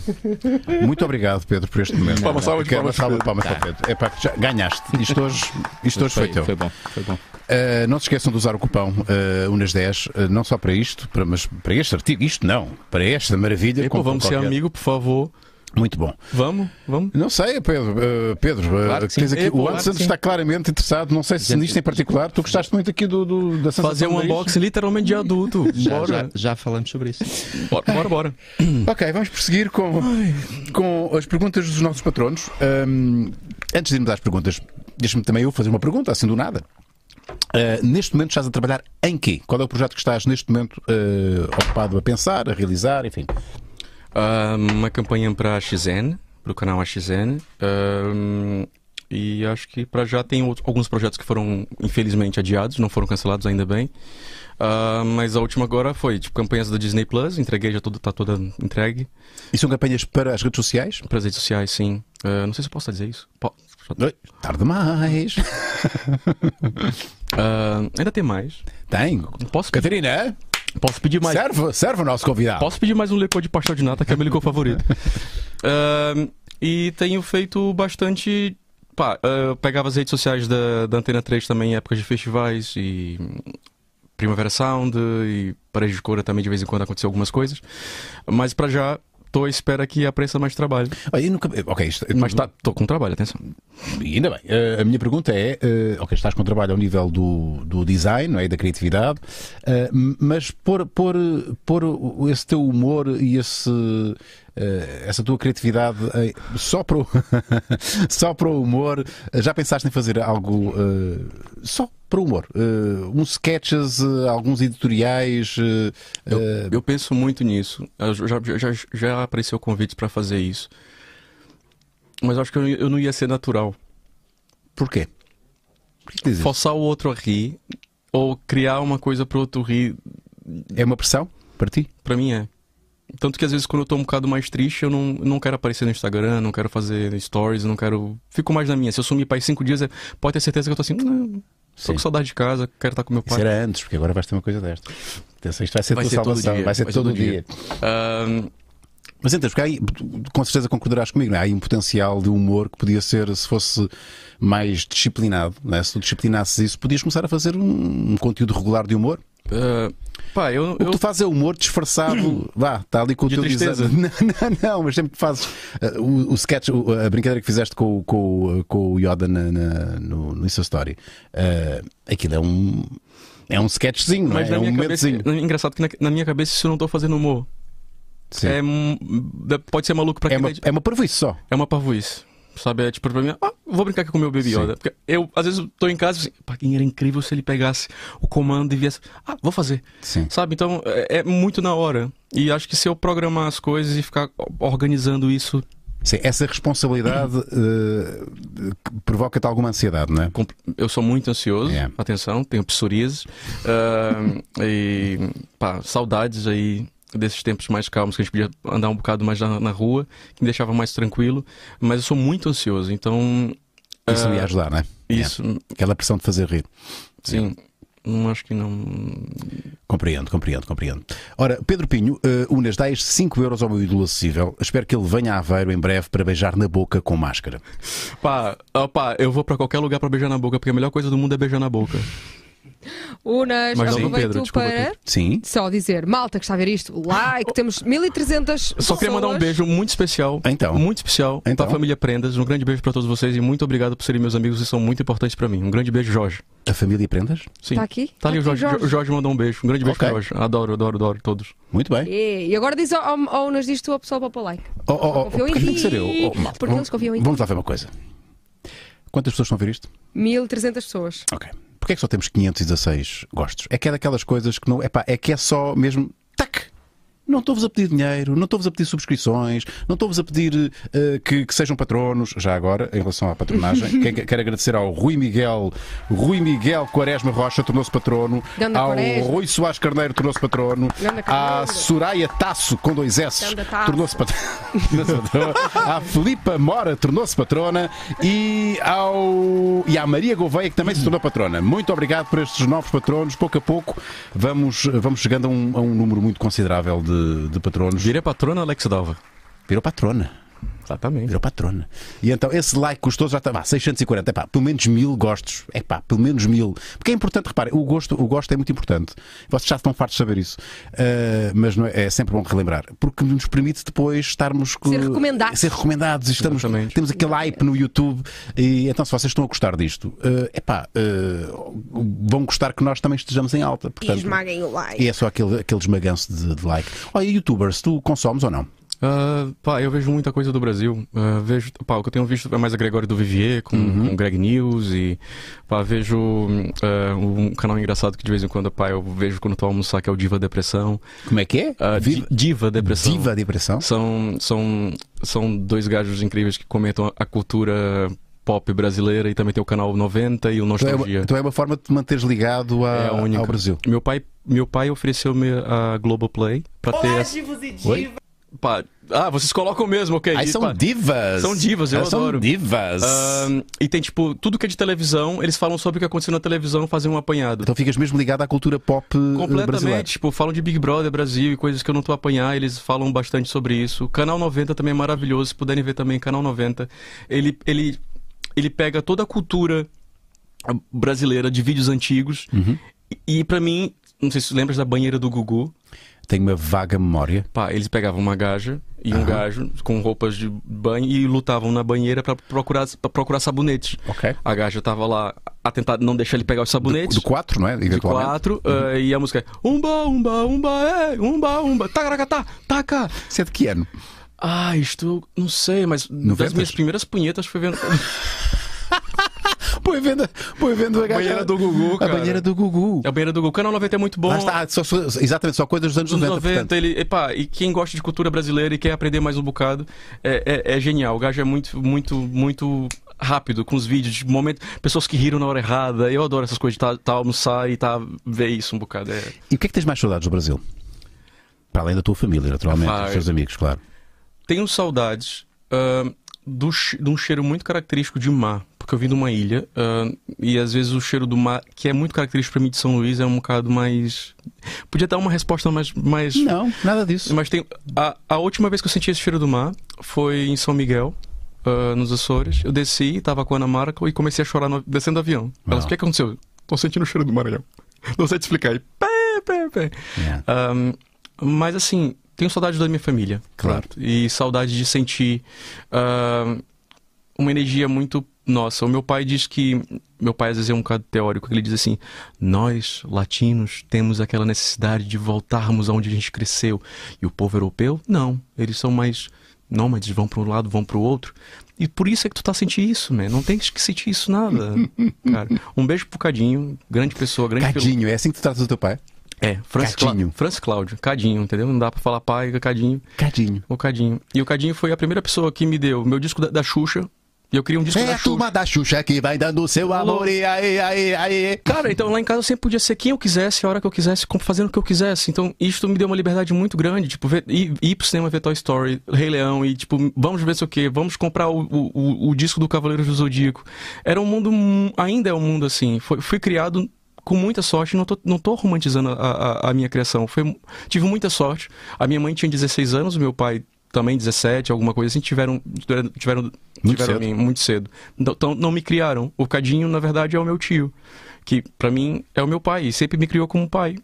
S3: muito obrigado, Pedro, por este momento.
S2: Palmas, palmas,
S3: Quero uma
S2: palmas,
S3: salva de palmas para o Pedro. É para que já ganhaste. Isto hoje, isto hoje foi, teu.
S7: foi bom, foi bom.
S3: Uh, não se esqueçam de usar o cupão uh, Unas 10, uh, não só para isto, para, mas para este artigo, isto não, para esta maravilha.
S2: Pô,
S3: compre
S2: vamos ser
S3: qualquer.
S2: amigo, por favor.
S3: Muito bom.
S2: Vamos, vamos.
S3: Não sei, Pedro, uh, Pedro uh,
S7: Claro que sim.
S3: tens aqui,
S7: É,
S3: o
S7: claro
S3: Anson
S7: que sim.
S3: está claramente interessado, não sei se
S7: Gente,
S3: nisto em particular, tu gostaste muito aqui do, do- da sensação
S2: Fazer
S3: do
S2: um
S3: nariz?
S2: unboxing literalmente de [laughs] adulto.
S7: Já, já,
S2: Bora.
S7: já falamos sobre isso.
S2: Bora, bora, bora.
S3: Ok, vamos prosseguir com, com as perguntas dos nossos patronos. Ahm, antes de irmos às perguntas, deixa-me também eu fazer uma pergunta, assim do nada. Ah, neste momento estás a trabalhar em quê? Qual é o projeto que estás neste momento ah, ocupado a pensar, a realizar, enfim?
S2: Ah, uma campanha para a XN, para o canal AXN. Ahm, e acho que para já tem outro- alguns projetos que foram, infelizmente, adiados, não foram cancelados ainda bem. Ah, mas a última agora foi, tipo, campanhas da Disney Plus, entreguei, já tudo, tá toda entregue.
S3: E são campanhas para as redes sociais?
S2: Para as redes sociais, sim. Ah, não sei se eu posso dizer isso. Po-
S3: Oi, Tarde
S7: [laughs]
S3: mais.
S2: Ah, ainda tem mais.
S3: Tenho.
S2: Posso, pedir-
S3: Catarina,
S2: posso pedir mais.
S3: serve, serve o nosso convidado.
S2: Posso pedir mais um licor de pastel de nata, que é meu licor favorito. Ahn, e tenho feito bastante. Pá, ah, pegava as redes sociais da, da Antena 3 também em épocas de festivais e. hum, Primavera Sound e Parede de Cora também de vez em quando aconteceu algumas coisas. Mas pra já, tô à espera que apareça mais trabalho.
S3: Ah, eu nunca- Ok, isto- eu-
S2: Mas tá, tô com trabalho, atenção.
S3: E Ainda bem. Eh, a minha pergunta é: eh, ok, estás com trabalho ao nível do, do design, não é? E da criatividade, eh, m- mas pôr, pôr, eh, pôr o- esse teu humor e esse, eh, essa tua criatividade em- só, para o, [laughs] só para o humor, eh, já pensaste em fazer algo eh, só para o humor? Eh, uns sketches, eh, alguns editoriais. eh,
S2: Eu,
S3: eh,
S2: eu penso muito nisso. Eu já, já, já- já apareceu convite pra fazer isso. Mas eu acho que eu, eu não ia ser natural.
S3: Porquê? Porquê que dizes?
S2: forçar o outro a rir ou criar uma coisa pro outro rir,
S3: É uma pressão para ti?
S2: pra mim é. Tanto que às vezes quando eu tô um bocado mais triste, eu não, não quero aparecer no Instagram, não quero fazer stories, não quero. Fico mais na minha. Se eu sumir para cinco dias, é- pode ter certeza que eu tô assim, não, tô
S3: Sim.
S2: com saudade de casa, quero estar com meu
S3: Isso
S2: pai.
S3: era antes, porque agora vais ter uma coisa desta. Atenção, isto vai ser a
S2: Vai
S3: tua
S2: ser todo
S3: salvação,
S2: dia,
S3: vai ser todo o dia.
S2: Ahn,
S3: Mas entras, porque há aí, com certeza concordarás comigo, não é? há aí um potencial de humor que podia ser, se fosse mais disciplinado, não é? se tu disciplinasses isso, podias começar a fazer um, um conteúdo regular de humor.
S2: Ah, pá, eu,
S3: O que
S2: eu
S3: tu fazes é humor
S2: [clears throat]
S3: disfarçado, vá, está ali com o
S2: De
S3: teu
S2: tristeza.
S3: design. [laughs] Não, não, não, mas sempre que fazes ah, o, o sketch, o- a brincadeira que fizeste com, o- com, o- com o Yoda na, na- no, no Insta Story, ah, aquilo é um. É um sketchzinho, não é?
S2: Mas na
S3: é um
S2: minha cabeça,
S3: momentozinho.
S2: engraçado que na, na minha cabeça isso eu não tô fazendo humor.
S3: Sim.
S2: É, um- pode ser maluco pra
S3: É
S2: quem
S3: uma,
S2: tá-
S3: é uma parvoíce só.
S2: é uma parvoíce. Sabe, é tipo, pra mim, ah, vou brincar aqui com o meu Baby
S3: Sim.
S2: Yoda. Porque eu, às vezes, eu tô em casa e assim, pá, quem era incrível se ele pegasse o comando e viesse, ah, vou fazer.
S3: Sim.
S2: Sabe, então é, é muito na hora. E acho que se eu programar as coisas e ficar organizando isso,
S3: Sim, essa responsabilidade eh, que provoca-te alguma ansiedade, não é?
S2: comp- eu sou muito ansioso,
S3: É.
S2: atenção, tenho psoríase. ah, e, pá, saudades aí desses tempos mais calmos que a gente podia andar um bocado mais na, na rua, que me deixava mais tranquilo. Mas eu sou muito ansioso, então.
S3: Isso
S2: ah,
S3: ia ajudar, não é?
S2: Isso,
S3: Aquela pressão de fazer rir.
S2: Sim. Não acho que não.
S3: Compreendo, compreendo, compreendo. Ora, Pedro Pinho, eh, Unas, dá 5 euros ao meu ídolo acessível. Espero que ele venha a Aveiro em breve para beijar na boca com máscara.
S2: Pá, ó, pá, eu vou pra qualquer lugar pra beijar na boca, porque a melhor coisa do mundo é beijar na boca.
S4: Unas,
S2: Mas não,
S4: aproveito
S2: Pedro, desculpa,
S4: para
S2: Pedro.
S3: Sim.
S4: só dizer, malta que está a ver isto, like, temos 1300
S2: Eu só queria mandar um
S4: pessoas.
S2: beijo muito especial.
S3: Então.
S2: Muito especial
S3: Então.
S2: pra família Prendas. Um grande beijo pra todos vocês e muito obrigado por serem meus amigos, vocês são muito importantes pra mim. Um grande beijo, Jorge.
S3: A família Prendas?
S2: Sim.
S4: Tá aqui?
S2: Tá ali o
S4: Tá
S2: Jorge.
S4: aqui, Jorge.
S2: O Jorge mandou um beijo. Um grande beijo
S3: Ok.
S2: pro Jorge. Adoro, adoro, adoro todos.
S3: Muito bem.
S4: É, E agora diz ao, ao, ao Unas, diz tu ao pessoal para pôr like.
S3: Oh, oh, oh,
S4: Confiam em
S3: porque tem
S4: ti.
S3: que ser eu. Oh, malta,
S4: Porque eles confiam em ti.
S3: Vamos lá ver uma coisa. Quantas pessoas estão a ver isto?
S4: 1300 pessoas.
S3: Ok. Porquê é que só temos 516 gostos? É que é daquelas coisas que não. Epá, é que é só mesmo. Tac! Não estou-vos a pedir dinheiro, não estou-vos a pedir subscrições, não estou-vos a pedir eh, que, que sejam patronos, já agora, em relação à
S4: [laughs]
S3: patronagem. que- que- quero agradecer ao Rui Miguel, Rui Miguel Quaresma Rocha tornou-se patrono,
S4: Ganda
S3: ao
S4: Quaresma.
S3: Rui Soares Carneiro tornou-se patrono,
S4: Ganda
S3: à
S4: Carneiro.
S3: Soraya Tasso, com dois S,
S4: Ganda Tasso.
S3: tornou-se pat- [laughs] tornou-se patrona, à Filipa Mora tornou-se patrona e, ao... e à Maria Gouveia, que também se tornou patrona. Muito obrigado por estes novos patronos. Pouco a pouco vamos, vamos chegando a um, a um número muito considerável de, de patronos.
S2: Vira patrona Alex Dalva.
S3: Virou patrona.
S2: Exatamente.
S3: Virou patrona. E então esse like custoso já ah, está. Vá, 640. Epá, pelo menos mil gostos. Epá, pelo menos mil. Porque é importante, reparem, o gosto, o gosto é muito importante. Vocês já estão fartos de saber isso. Ah, mas não é, é sempre bom relembrar. Porque nos permite depois estarmos. com-
S4: Ser recomendados.
S3: Ser recomendados. e Estamos,
S2: Exatamente.
S3: temos aquele hype no YouTube. E então, se vocês estão a gostar disto, ah, epá, ah, vão gostar que nós também estejamos em alta.
S4: E
S3: Portanto,
S4: esmaguem o like.
S3: e é só aquele, aquele esmaganço de, de like. Olha, youtubers, tu consomes ou não?
S2: Ah, pá, eu vejo muita coisa do Brasil. Ah, vejo, pá, o que eu tenho visto é mais a Gregório do Vivier com,
S3: Uhum.
S2: com o Greg News e pá, vejo hum, ah, um canal engraçado que de vez em quando pá, eu vejo quando tô a almoçar que é o Diva Depressão.
S3: Como é que é?
S2: Ah, di-
S3: Viva,
S2: Diva Depressão.
S3: viva a depressão.
S2: São, são, são dois gajos incríveis que comentam a- a cultura pop brasileira e também tem o canal 90 e o
S3: Então é,
S2: Nostalgia.
S3: uma, então é uma forma de te manteres ligado a-
S2: É a única.
S3: ao Brasil.
S2: Meu pai, meu pai ofereceu-me a Globoplay pra ter. essa-
S3: Oi?
S2: pá, ah, vocês colocam mesmo, ok.
S3: Aí
S2: pá.
S3: são divas.
S2: São divas, eu
S3: Ah, São
S2: adoro.
S3: divas.
S2: Ahn, e tem, tipo, tudo que é de televisão, eles falam sobre o que aconteceu na televisão, fazem um apanhado.
S3: Então ficas mesmo ligado à cultura pop eh, brasileira.
S2: Completamente, tipo, falam de Big Brother Brasil e coisas que eu não tô a apanhar, eles falam bastante sobre isso. Canal 90 também é maravilhoso, se puderem ver também, Canal 90. Ele, ele, ele pega toda a cultura ah, brasileira de vídeos antigos e, e para mim, não sei se tu lembras da banheira do Gugu,
S3: Tenho uma vaga memória.
S2: Pá, eles pegavam uma gaja e um gajo com roupas de banho e lutavam na banheira pra procurar, pra procurar sabonete.
S3: Ok.
S2: A gaja tava lá a tentar não deixar ele pegar os sabonetes.
S3: Do 4, não é?
S2: De
S3: Eventualmente. Uhum.
S2: quatro, eh, e a música é Umba, umba, umba, é, umba, umba, tacaracatá, taca.
S3: Isso é de que ano?
S2: Ah, isto, não sei, mas das
S3: Noventas?
S2: minhas primeiras punhetas
S3: [laughs]
S2: foi vendo.
S3: Põe venda, põe venda a
S2: banheira do Gugu,
S3: A
S2: cara.
S3: banheira do Gugu.
S2: a banheira do Gol. Canal 90 é muito bom.
S3: Lá está, ah, só- só- exatamente, só coisas dos anos
S2: Dos
S3: 90.
S2: 90,
S3: portanto.
S2: ele, epá, e quem gosta de cultura brasileira e quer aprender mais um bocado, é, é- é genial. O gajo é muito, muito, muito rápido com os vídeos, de momento, pessoas que riram na hora errada. Eu adoro essas coisas de tá, tá almoçar e tá ver isso um bocado. É,
S3: E o que é que tens mais saudades do Brasil? Para além da tua família, naturalmente,
S2: Vai.
S3: dos teus amigos, claro.
S2: tenho saudades ah, do, che- de um cheiro muito característico de mar. Porque porque eu vim de uma ilha ah, e às vezes o cheiro do mar, que é muito característico para mim de São Luís, é um bocado mais. Podia dar uma resposta mais. mais...
S3: Não, nada disso.
S2: Mas tem. A, a última vez que eu senti esse cheiro do mar foi em São Miguel, ah, nos Açores. Eu desci, tava com a Ana Marco e comecei a chorar no- descendo do avião. Ela
S3: Ah.
S2: disse: O que, é que aconteceu? Tô sentindo o cheiro do Maranhão. [laughs] Não sei te explicar. E pé, pé, pé.
S3: Yeah.
S2: Ahn, mas assim, tenho saudade da minha família.
S3: Claro.
S2: Pronto. E saudade de sentir ahn, uma energia muito nossa. O meu pai diz que. Meu pai às vezes é um bocado teórico, que ele diz assim: nós, latinos, temos aquela necessidade de voltarmos aonde a gente cresceu. E o povo europeu, não. Eles são mais nômades, vão para um lado, vão para o outro. E por isso é que tu tá sentindo isso, né? Não tem que sentir isso nada, cara. Um beijo pro Cadinho, grande pessoa, grande pelo-
S3: Cadinho, é assim que tu tratas o teu pai?
S2: é, Franz, Cla
S3: Cadinho.
S2: Franz Cláudio, Cadinho, entendeu? Não dá pra falar pai, Cadinho,
S3: Cadinho.
S2: ou Cadinho. E o Cadinho foi a primeira pessoa que me deu meu disco da, da Xuxa. E eu queria um disco
S1: É
S2: da
S1: a
S2: Xuxa.
S1: turma da Xuxa que vai dando o seu amor. E aí, aí, aí.
S2: Cara, então lá em casa eu sempre podia ser quem eu quisesse, a hora que eu quisesse, com- fazendo o que eu quisesse. Então, isto me deu uma liberdade muito grande, tipo, ver, ir, ir pro cinema ver Toy Story, Rei Leão, e tipo, vamos ver sei o quê, vamos comprar o, o- o- o disco do Cavaleiro do Zodíaco. Era um mundo, mu- ainda é um mundo assim, foi, fui criado com muita sorte, não tô, não tô romantizando a, a- a minha criação, foi, tive muita sorte. A minha mãe tinha 16 anos, o meu pai também 17, alguma coisa assim, tiveram, tiveram, tiveram
S3: Muito cedo.
S2: tiveram mim muito cedo. Então, Então não me criaram. O Cadinho, na verdade, é o meu tio, que pra mim é o meu pai, e sempre me criou como pai.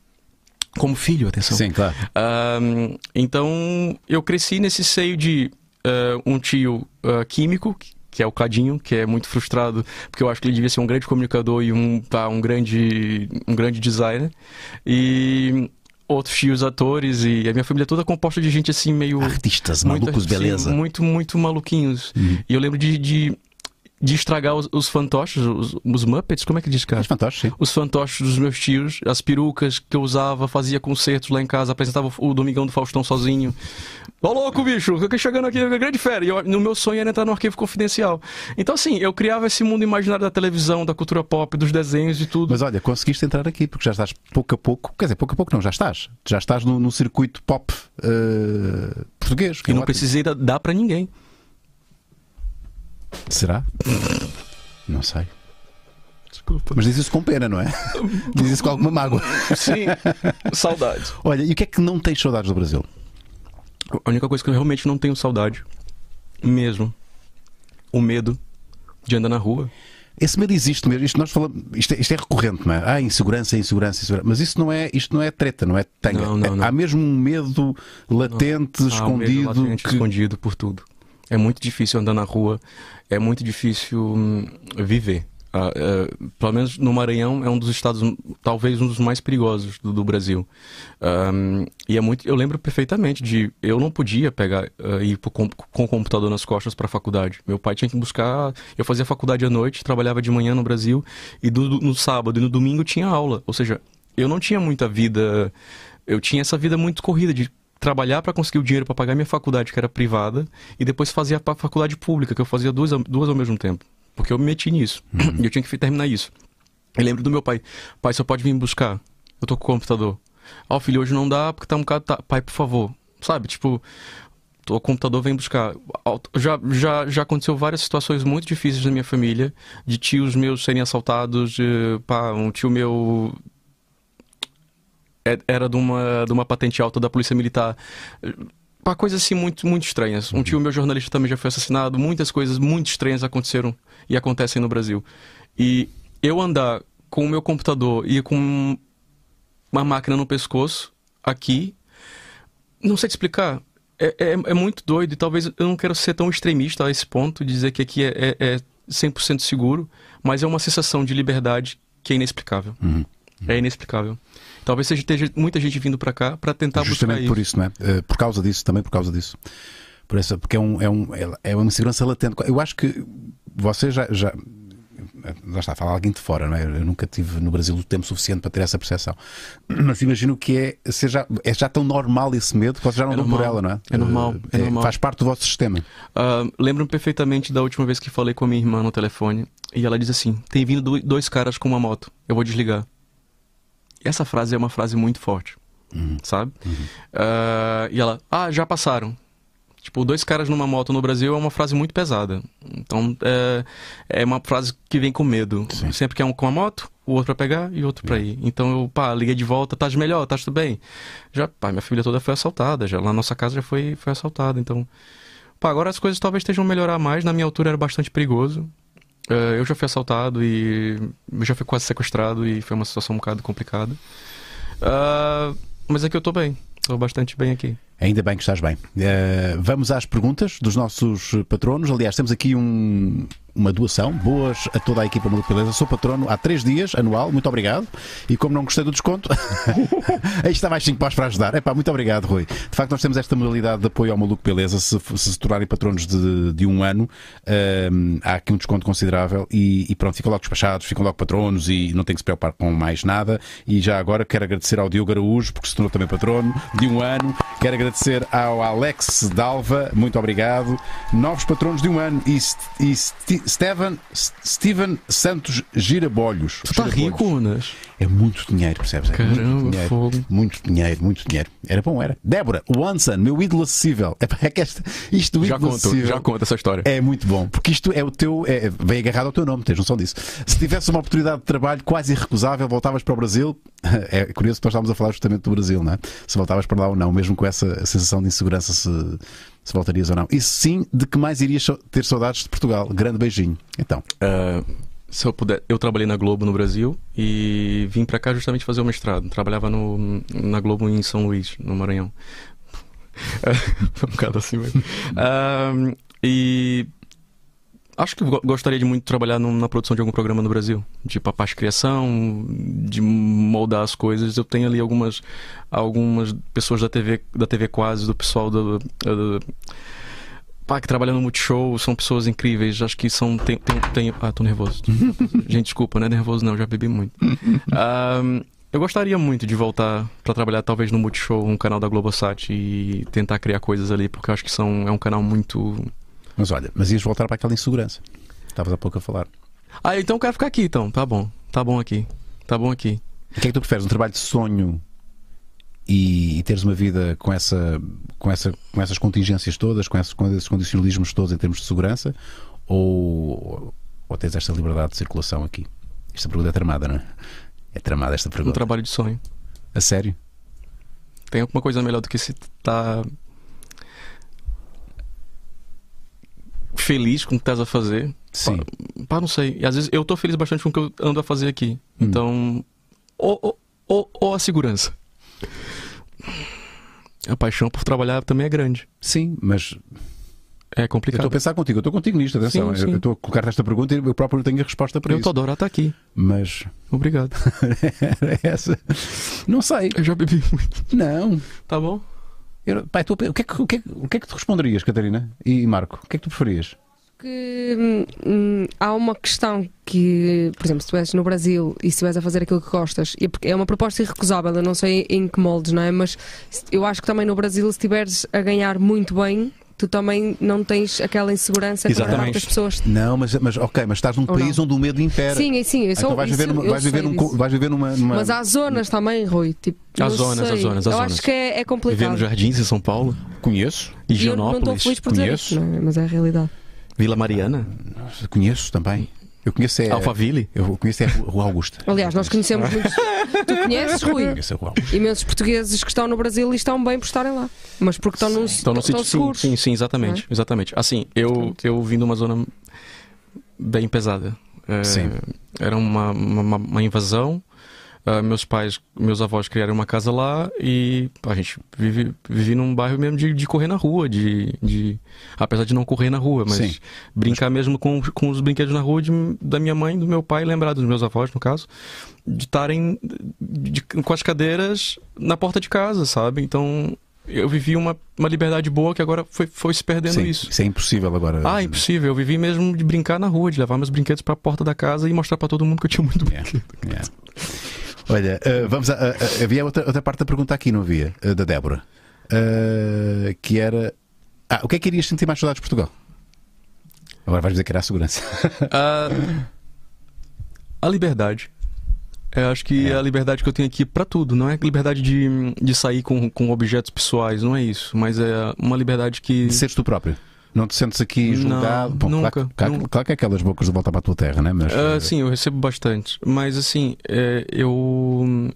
S2: Como filho, atenção.
S3: Sim, claro.
S2: Ahn, então, eu cresci nesse seio de ah, um tio ah, químico, que é o Cadinho, que é muito frustrado, porque eu acho que ele devia ser um grande comunicador e um, pá, um, grande, um grande designer. E outros tios atores, e a minha família toda é composta de gente assim, meio.
S1: Artistas,
S2: muito-
S1: malucos,
S2: sim,
S1: beleza.
S2: muito, muito maluquinhos. E eu lembro de, de, de estragar os, os fantoches, os, os Muppets, como é que diz, cara?
S3: Mas fantástico, sim.
S2: os fantoches dos meus tios, as perucas que eu usava, fazia concertos lá em casa, apresentava o Domingão do Faustão sozinho. Ô louco, bicho, eu fiquei chegando aqui, grande fera. E eu- no meu sonho era entrar no arquivo confidencial. Então, assim, eu criava esse mundo imaginário da televisão, da cultura pop, dos desenhos, de tudo.
S3: Mas olha, conseguiste entrar aqui, porque já estás pouco a pouco, quer dizer, pouco a pouco não, já estás. Já estás no, no circuito pop eh, português. que
S2: e
S3: é
S2: não
S3: ótimo.
S2: precisei da- dar pra ninguém.
S3: Será? Não sei.
S2: Desculpa.
S3: Mas diz isso com pena, [laughs] não é? diz isso com alguma mágoa.
S2: Sim, saudade.
S3: Olha, e o que é que não tens saudades do Brasil?
S2: A única coisa que eu realmente não tenho saudade, mesmo, o medo de andar na rua.
S3: Esse medo existe mesmo. Isto, nós falamos, isto, é, isto é recorrente, não é? Ah, insegurança, insegurança, insegurança. Mas isso não é, isto não é treta, não é tanga.
S2: Não, não, não.
S3: Há mesmo um medo latente,
S2: Ah, o medo
S3: escondido.
S2: latente,
S3: que-
S2: escondido por tudo. É muito difícil andar na rua, é muito difícil hum, viver. Ah, eh, pelo menos no Maranhão é um dos estados, hum, talvez um dos mais perigosos do, do Brasil. Ahm, e é muito, eu lembro perfeitamente de eu não podia pegar ah, ir pro com, com o computador nas costas para a faculdade. Meu pai tinha que buscar. Eu fazia faculdade à noite, trabalhava de manhã no Brasil e do- do- no sábado e no domingo tinha aula. Ou seja, eu não tinha muita vida. Eu tinha essa vida muito corrida de trabalhar para conseguir o dinheiro para pagar minha faculdade, que era privada, e depois fazer a pa- faculdade pública, que eu fazia duas, ao- duas ao mesmo tempo. Porque eu me meti nisso. E eu tinha que fi- terminar isso. Eu lembro do meu pai: pai, só pode vir me buscar. Eu tô com o computador. Ó, filho, hoje não dá porque tá um bocado. ta- Pai, por favor. Sabe? Tipo, Tô- o computador vem buscar. Alt- Já, já, já aconteceu várias situações muito difíceis na minha família, de tios meus serem assaltados, de, pá, um tio meu é- era de uma, de uma patente alta da polícia militar. Eh, Pá, coisas assim muito, muito estranhas.
S3: Uhum.
S2: Um tio meu jornalista também já foi assassinado, muitas coisas muito estranhas aconteceram e acontecem no Brasil. E eu andar com o meu computador e com uma máquina no pescoço aqui não sei te explicar. É, é, é muito doido e talvez eu não quero ser tão extremista a esse ponto, dizer que aqui é, é, é 100% seguro, mas é uma sensação de liberdade que é inexplicável.
S3: Uhum.
S2: É inexplicável. Talvez seja esteja muita gente vindo pra cá pra tentar
S3: justamente
S2: buscar
S3: por isso, não é? Eh, Por causa disso, também por causa disso. Por essa, porque é, um, é, um, é- é uma insegurança latente. Eu acho que você já. já lá está, fala alguém de fora, não é? Eu nunca tive no Brasil o tempo suficiente para ter essa percepção. Mas imagino que é, seja, é já tão normal esse medo que vocês já não
S2: É
S3: dão por
S2: normal.
S3: ela, não é?
S2: É normal,
S3: Eh,
S2: é normal.
S3: Faz parte do vosso sistema.
S2: Ah, Lembro-me perfeitamente da última vez que falei com a minha irmã no telefone e ela diz assim: Tem vindo do- dois caras com uma moto, eu vou desligar. Essa frase é uma frase muito forte, sabe? Ah, e ela, ah, já passaram. Tipo, dois caras numa moto no Brasil é uma frase muito pesada. Então é, é uma frase que vem com medo.
S3: Sim.
S2: Sempre que é um com a moto, o outro pra pegar e outro pra ir. Então eu, pá, liguei de volta, estás melhor, estás tudo bem. Já, pá, minha família toda foi assaltada, já lá na nossa casa já foi, foi assaltada. Então, pá, agora as coisas talvez estejam a melhorar mais. Na minha altura era bastante perigoso. É, eu já fui assaltado e eu já fui quase sequestrado e foi uma situação um bocado complicada. Ah, mas aqui eu tô bem, tô bastante bem aqui.
S3: Ainda bem que estás bem. Eh, vamos às perguntas dos nossos patronos. Aliás, temos aqui um- uma doação. Boas a toda a equipa Maluco Beleza. Sou patrono há três dias, anual. Muito obrigado. E como não gostei do desconto, [laughs] aí está mais 5 paus para ajudar. Epá, muito obrigado, Rui. De facto, nós temos esta modalidade de apoio ao Maluco Beleza. Se f- se, se tornarem patronos de, de um ano, ehm, há aqui um desconto considerável. E, e pronto, ficam logo despachados, ficam logo patronos e não têm que se preocupar com mais nada. E já agora quero agradecer ao Diogo Araújo, porque se tornou também patrono de um ano. Quero agradecer ao Alex Dalva, muito obrigado. Novos patronos de um ano. E, St- e St- Steven, Steven Santos Girabolhos.
S2: Tu tá
S3: Girabolhos.
S2: rico, Unas?
S3: É muito dinheiro, percebes? É muito
S2: Caramba,
S3: dinheiro.
S2: fogo.
S3: Muito dinheiro, muito dinheiro. Era bom, era. Débora, Wanson, meu ídolo acessível. É, pá, é que esta, isto do
S2: Já
S3: ídolo
S2: conto,
S3: acessível
S2: já conto essa história.
S3: é muito bom, porque isto é o teu. É, vem agarrado ao teu nome, tens noção disso. Se tivesse uma oportunidade de trabalho quase irrecusável, voltavas para o Brasil. [laughs] É curioso que nós estávamos a falar justamente do Brasil, não é? Se voltavas para lá ou não, mesmo com essa sensação de insegurança, se, se voltarias ou não. E sim, de que mais irias sa- ter saudades de Portugal? Grande beijinho. Então,
S2: Ah, se eu puder, eu trabalhei na Globo no Brasil e vim pra cá justamente fazer o mestrado. Trabalhava no, na Globo em São Luís, no Maranhão. [laughs] Foi um bocado assim mesmo. Ah, e acho que go- gostaria de muito trabalhar num- na produção de algum programa no Brasil, de papás de criação, de moldar as coisas. Eu tenho ali algumas algumas pessoas da TV da TV quase, do pessoal do, do- Pá, que trabalha no Multishow, são pessoas incríveis, acho que são. Tem, tem, tem- Ah, tô nervoso. Gente, desculpa, não é nervoso não, já bebi muito. Ahm, eu gostaria muito de voltar pra trabalhar, talvez, no Multishow, um canal da Globosat e tentar criar coisas ali, porque eu acho que são, é um canal muito.
S3: mas olha, mas ias voltar para aquela insegurança. Estavas há pouco a falar.
S2: Ah, então eu quero ficar aqui então, tá bom, tá bom aqui, tá bom aqui.
S3: O que é que tu preferes? Um trabalho de sonho e, e teres uma vida com, essa, com, essa, com essas contingências todas, com esses, com esses condicionalismos todos em termos de segurança? Ou, ou tens esta liberdade de circulação aqui? Esta pergunta é tramada, não é? É tramada esta
S2: Um
S3: pergunta.
S2: trabalho de sonho.
S3: A sério?
S2: Tem alguma coisa melhor do que se tá feliz com o que estás a fazer?
S3: Sim.
S2: Pá, não sei. E às vezes eu tô feliz bastante com o que eu ando a fazer aqui.
S3: Hum.
S2: Então, ou, ou, ou, ou a segurança. A paixão por trabalhar também é grande.
S3: Sim, mas
S2: É
S3: eu estou
S2: complicado.
S3: a pensar contigo, eu estou contigo nisto, atenção.
S2: Sim, sim.
S3: Eu- Eu estou a colocar-te esta pergunta e eu próprio não tenho a resposta para
S2: Eu tô
S3: isso.
S2: adorando estar aqui.
S3: Mas [laughs]
S2: Obrigado.
S3: era essa. Não sei.
S2: Eu já bebi muito.
S3: Não.
S2: Tá bom?
S3: Eu- pai, tu- o, que é que, o, que é, que- o que é que tu responderias, Catarina e Marco? O que é que tu preferias?
S4: que hum, hum, há uma questão que, por exemplo, se tu és no Brasil e se tu és a fazer aquilo que gostas, e porque é uma proposta irrecusável, eu não sei em que moldes, não é? Mas se- eu acho que também no Brasil, se estiveres a ganhar muito bem, tu também não tens aquela insegurança que
S2: Exatamente.
S4: que as pessoas.
S3: Não, mas, mas ok, mas estás num
S4: Ou
S3: país
S4: não?
S3: onde o medo impera.
S4: Sim, é sim, eu sou
S3: então vais viver,
S4: isso,
S3: numa,
S4: eu
S3: vais viver
S4: sei
S3: num
S4: disso.
S3: co- vais viver numa- numa-
S4: Mas há zonas também, Rui. Tipo,
S2: Há
S4: não
S2: zonas,
S4: sei.
S2: há zonas, há
S4: Eu
S2: zonas.
S4: acho que é, é
S2: Viver nos
S4: complicado.
S2: Jardins em São Paulo.
S3: Conheço,
S2: E
S4: E eu não estou
S2: Higienópolis.
S4: feliz por dizer
S3: conheço.
S4: isto, não é? mas é a realidade.
S2: Vila Mariana.
S3: conheço também. Eu conheço é.
S2: Alphaville.
S3: Eu conheço é a Rua Augusta.
S4: Aliás, nós conhecemos muitos. tu conheces, Rui?
S3: Conheço a Rua Augusta.
S4: imensos portugueses que estão no Brasil e estão bem por estarem lá, mas porque estão, num,
S2: Então não
S4: estão
S2: sítio. Sim,
S4: seguros.
S2: sim, sim, exatamente.
S4: é?
S2: Exatamente. Assim, eu, eu vim de uma zona bem pesada. É,
S3: Sim.
S2: Era uma, uma, uma invasão. Ah, meus pais, meus avós criaram uma casa lá e a gente vive, vive num bairro mesmo de, de correr na rua, de, de apesar de não correr na rua, mas
S3: Sim.
S2: brincar mesmo com, com os brinquedos na rua de- da minha mãe, do meu pai, lembrar dos meus avós, no caso, de estarem de- com as cadeiras na porta de casa, sabe? Então eu vivi uma, uma liberdade boa que agora foi, foi se perdendo
S3: Sim,
S2: isso.
S3: é impossível agora.
S2: Ah, impossível. Eu vivi mesmo de brincar na rua, de levar meus brinquedos pra porta da casa e mostrar pra todo mundo que eu tinha [laughs] muito
S3: Yeah, yeah. É, Olha, ah, vamos a, a- a- havia outra, outra parte da pergunta aqui, não havia? Ah, da Débora. Ah, que era. Ah, o que é que irias sentir mais saudades de Portugal? [laughs] Agora vais dizer que era a segurança.
S2: A, a Ah, liberdade. Eu acho que é. a liberdade que eu tenho aqui para tudo, não é liberdade de, de sair com, com objetos pessoais, não é isso, mas é uma liberdade que.
S3: De seres tu próprio. Não te sentes aqui julgado?
S2: Não,
S3: Bom, claro
S2: nunca,
S3: que- Claro,
S2: nunca.
S3: claro que é aquelas bocas de volta para a tua terra, né? Mas,
S2: Ah, sim, eu recebo bastante. Mas assim, é, eu.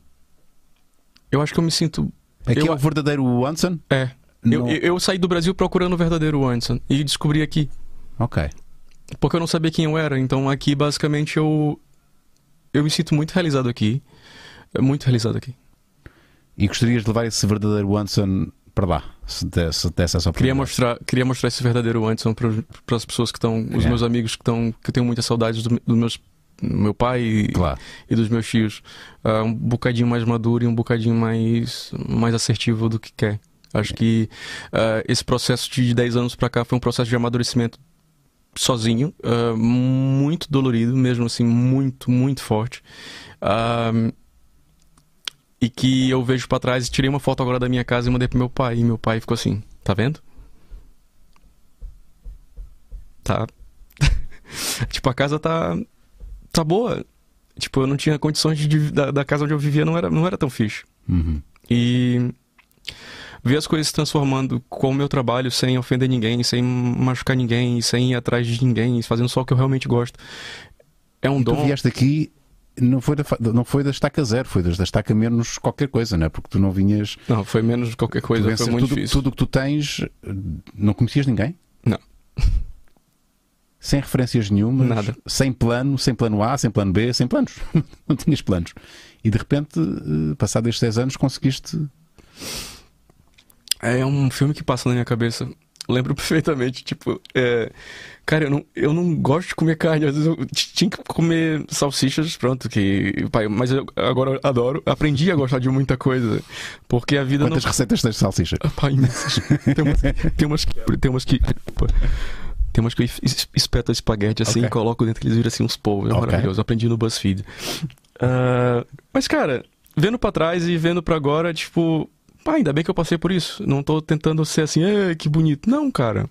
S2: Eu acho que eu me sinto.
S3: Aqui
S2: eu-
S3: é o verdadeiro Wanson?
S2: É. Eu,
S3: Não-
S2: eu, eu saí do Brasil procurando o verdadeiro Wanson e descobri aqui.
S3: Ok.
S2: Porque eu não sabia quem eu era. Então aqui, basicamente, eu. Eu me sinto muito realizado aqui. É, Muito realizado aqui.
S3: E gostarias de levar esse verdadeiro Wanson para lá, se, de, se desse essa
S2: Queria
S3: oportunidade?
S2: mostrar, queria mostrar esse verdadeiro Wanson para as pessoas que estão. Os
S3: É.
S2: meus amigos que estão. Que eu tenho muitas saudades do, do meus, do meu pai e-
S3: Claro.
S2: e dos meus tios. Ah, um bocadinho mais maduro e um bocadinho mais, mais assertivo do que quer. Acho que ah, esse processo de 10 anos pra cá foi um processo de amadurecimento sozinho, ah, muito dolorido, mesmo assim, muito, muito forte. Ah, e que eu vejo pra trás, tirei uma foto agora da minha casa e mandei pro meu pai. E meu pai ficou assim: tá vendo? Tá. [laughs] tipo, a casa tá. tá boa. Tipo, eu não tinha condições de, da, da casa onde eu vivia não era, não era tão fixe.
S3: Uhum.
S2: E ver as coisas se transformando com o meu trabalho sem ofender ninguém, sem machucar ninguém, sem ir atrás de ninguém, fazendo só o que eu realmente gosto. É um
S3: E tu
S2: dom.
S3: vieste aqui, não foi, da, fa- não foi da estaca zero, foi das- da estaca menos qualquer coisa, né? Porque tu não vinhas.
S2: Não, foi menos de qualquer
S3: tu
S2: coisa,
S3: vinhas
S2: foi
S3: ser
S2: muito
S3: tudo,
S2: difícil.
S3: tudo o que tu tens, eh, não conhecias ninguém?
S2: Não.
S3: [laughs] Sem referências nenhumas,
S2: Nada.
S3: sem plano, sem plano A, sem plano B, sem planos. [laughs] não tinhas planos. E de repente, eh, passados estes 10 anos, conseguiste.
S2: É um filme que passa na minha cabeça. Lembro [laughs] perfeitamente, tipo, é, cara, eu não, eu não gosto de comer carne, às vezes eu t- tinha que comer salsichas, pronto, que, pai, mas eu agora adoro, aprendi a gostar de muita coisa, porque a vida
S3: Quantas
S2: não...
S3: receitas tens de salsicha?
S2: Ah, Pá, imensas. tem, umas, tem umas que. Tem umas que. Opa. Tem umas que eu es- espeto espaguete assim
S3: Ok.
S2: e coloco dentro que eles viram assim uns polvos. É
S3: Ok.
S2: maravilhoso. Eu aprendi no BuzzFeed. Ah, mas, cara, vendo pra trás e vendo pra agora, tipo. Pá, ainda bem que eu passei por isso. Não tô tentando ser assim, "Eh, que bonito. Não, cara.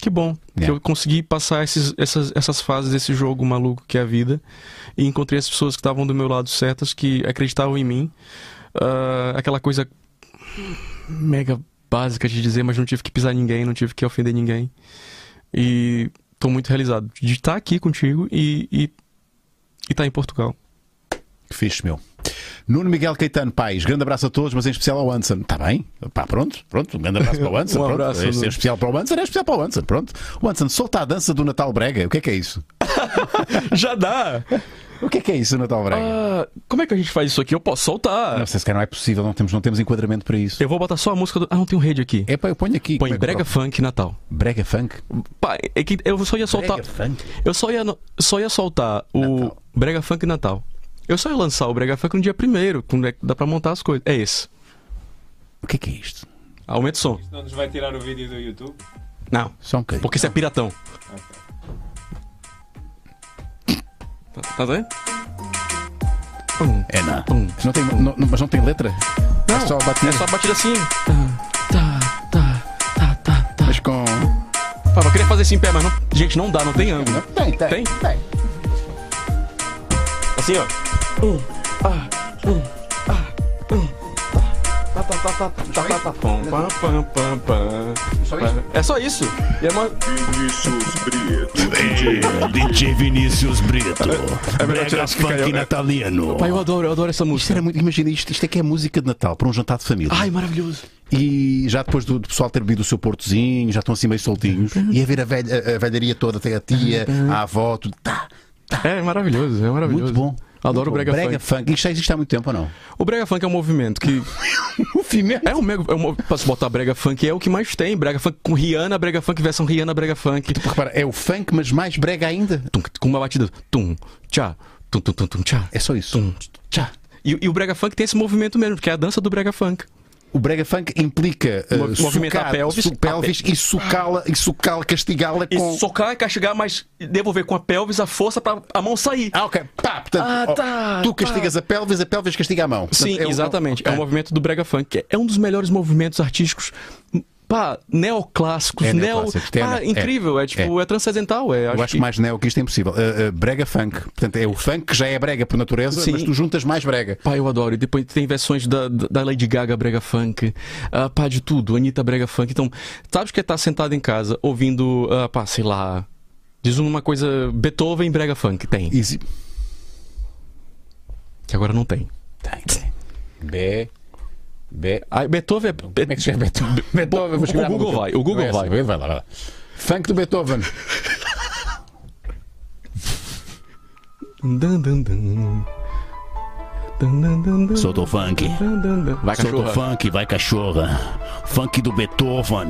S2: Que bom que
S3: Yeah.
S2: eu consegui passar esses- essas, essas fases desse jogo maluco que é a vida e encontrei as pessoas que estavam do meu lado certas, que acreditavam em mim. Ah, aquela coisa mega básica de dizer, mas não tive que pisar ninguém, não tive que ofender ninguém. E tô muito realizado de estar aqui contigo e estar e, e tá em Portugal.
S3: Que fixe, meu. Nuno Miguel Caetano Pais, grande abraço a todos, mas em especial ao Anson. Está bem? Pá, pronto, pronto. Um grande abraço
S2: [laughs]
S3: para o Anson.
S2: Um
S3: pronto.
S2: abraço,
S3: Este é
S2: Nuno.
S3: especial para o Anson, é especial para o Anson. Pronto. O Anson solta a dança do Natal Brega. O que é que é isso?
S2: Já dá!
S3: O que é que é isso, Natal Brega?
S2: Ah, como é que a gente faz isso aqui? Eu posso soltar!
S3: Não sei se cara, não é possível, não temos, não temos enquadramento para isso.
S2: Eu vou botar só a música do. Ah, não tem um rede aqui.
S3: É pá, eu ponho aqui. Como
S2: Põe
S3: é que eu
S2: Brega Funk Natal.
S3: troco? Brega Funk.
S2: Pá, é que eu só ia soltar.
S3: Brega Funk.
S2: Eu só ia, só ia soltar o
S3: Natal.
S2: Brega Funk Natal. Eu só ia lançar o Brega Funk no dia primeiro, quando é que dá pra montar as coisas. É esse.
S3: O que é que é isto?
S2: Aumenta o som.
S5: Isto não nos vai tirar o vídeo do YouTube.
S2: Não,
S3: Só um bocadinho.
S2: porque isso é piratão. Tá,
S3: Ah,
S2: tá vendo? Hum. Pum,
S3: É não.
S2: pum.
S3: Não tem, não- não- mas não tem letra? é só a batida.
S2: É só a batida assim. Tá, tá, tá, tá, tá.
S3: Mas com.
S2: Pá, eu queria fazer assim em pé, mas não. Gente, não dá, não tem ângulo.
S3: Tem, tem.
S2: Tem? Assim, ó. Um, ah, um, ah, um, tá, tá, tá, tá, tá, tá, tá, tá, pom, pam, pam, pam, pam.
S3: Só isto?
S2: É só isso. E é uma-
S3: [laughs]
S1: DJ Vinícius Brito.
S2: É melhor tirar esse que caiu, né?
S1: nataliano.
S2: Pai, eu adoro, eu adoro essa
S3: Isto
S2: música.
S3: era muito. Imagina isto. Isto é que é música de Natal para um jantar de família.
S2: Ai, maravilhoso.
S3: E já depois do, do pessoal ter bebido o seu portozinho, já estão assim meio soltinhos.
S2: Uhum.
S3: E a ver a, velha, a velharia toda, até a tia, a avó, tudo. Tá,
S2: É maravilhoso, é
S3: muito
S2: maravilhoso.
S3: bom.
S2: Adoro
S3: Muito bom.
S2: o Brega,
S3: Brega
S2: Funk.
S3: Funk. Isto já existe há muito tempo ou não?
S2: O Brega Funk é um movimento que.
S3: O filme
S2: É um mega. É um, posso botar Brega Funk, é o que mais tem. Brega Funk com Rihanna, Brega Funk, versão Rihanna, Brega Funk.
S3: Repara, é o funk, mas mais brega ainda.
S2: Tum, com uma batida. Tum, tchá. Tum, tum, tum, tum, tchá.
S3: É só isso.
S2: Tum, tchá. E, e o Brega Funk tem esse movimento mesmo, que é a dança do Brega Funk.
S3: O brega funk implica eh,
S2: Mov- movimentar
S3: socar
S2: a pelvis,
S3: su- pelvis
S2: a
S3: e socá-la, e socá-la, castigá-la
S2: E
S3: com.
S2: socar e castigar, mas devolver com a pelvis a força pra a mão sair.
S3: Ah, ok. Pá, portanto,
S2: Ah,
S3: ó,
S2: tá,
S3: tu
S2: tá.
S3: castigas a pelvis, a pelvis castiga a mão. Portanto,
S2: Sim,
S3: é o-
S2: exatamente.
S3: ok.
S2: É o movimento do Brega Funk. que É um dos melhores movimentos artísticos pá, neoclássicos,
S3: É
S2: neo.
S3: neoclássicos, é,
S2: Pá,
S3: é.
S2: incrível, é tipo, é, transcendental. É, acho
S3: Eu acho
S2: que-
S3: mais neo que isto é impossível. Uh, uh, brega funk. Portanto, é o funk que já é brega por natureza,
S2: Sim.
S3: mas tu juntas mais brega.
S2: Pá, eu adoro. E depois tem versões da, da Lady Gaga brega funk, ah, pá, de tudo, Anitta brega funk. Então, sabes que é estar sentado em casa ouvindo, ah, pá, sei lá, diz uma coisa, Beethoven brega funk, tem.
S3: Easy.
S2: Que agora não tem.
S3: Tem, tem. B. B.
S2: Ah, Beethoven é...
S3: Como é que se escreve Beethoven? Beethoven, vou escrever
S2: o Google
S3: alguma
S2: vai,
S3: coisa.
S2: o Google
S3: Não é
S2: vai.
S3: essa, vai lá, vai lá. Funk do Beethoven.
S2: Dun, dun, dun. Dun, dun, dun, dun.
S1: Solta o funk.
S2: Dun, dun, dun. Vai,
S1: Solta o
S2: cachorra.
S1: funk, vai cachorra. Funk do Beethoven.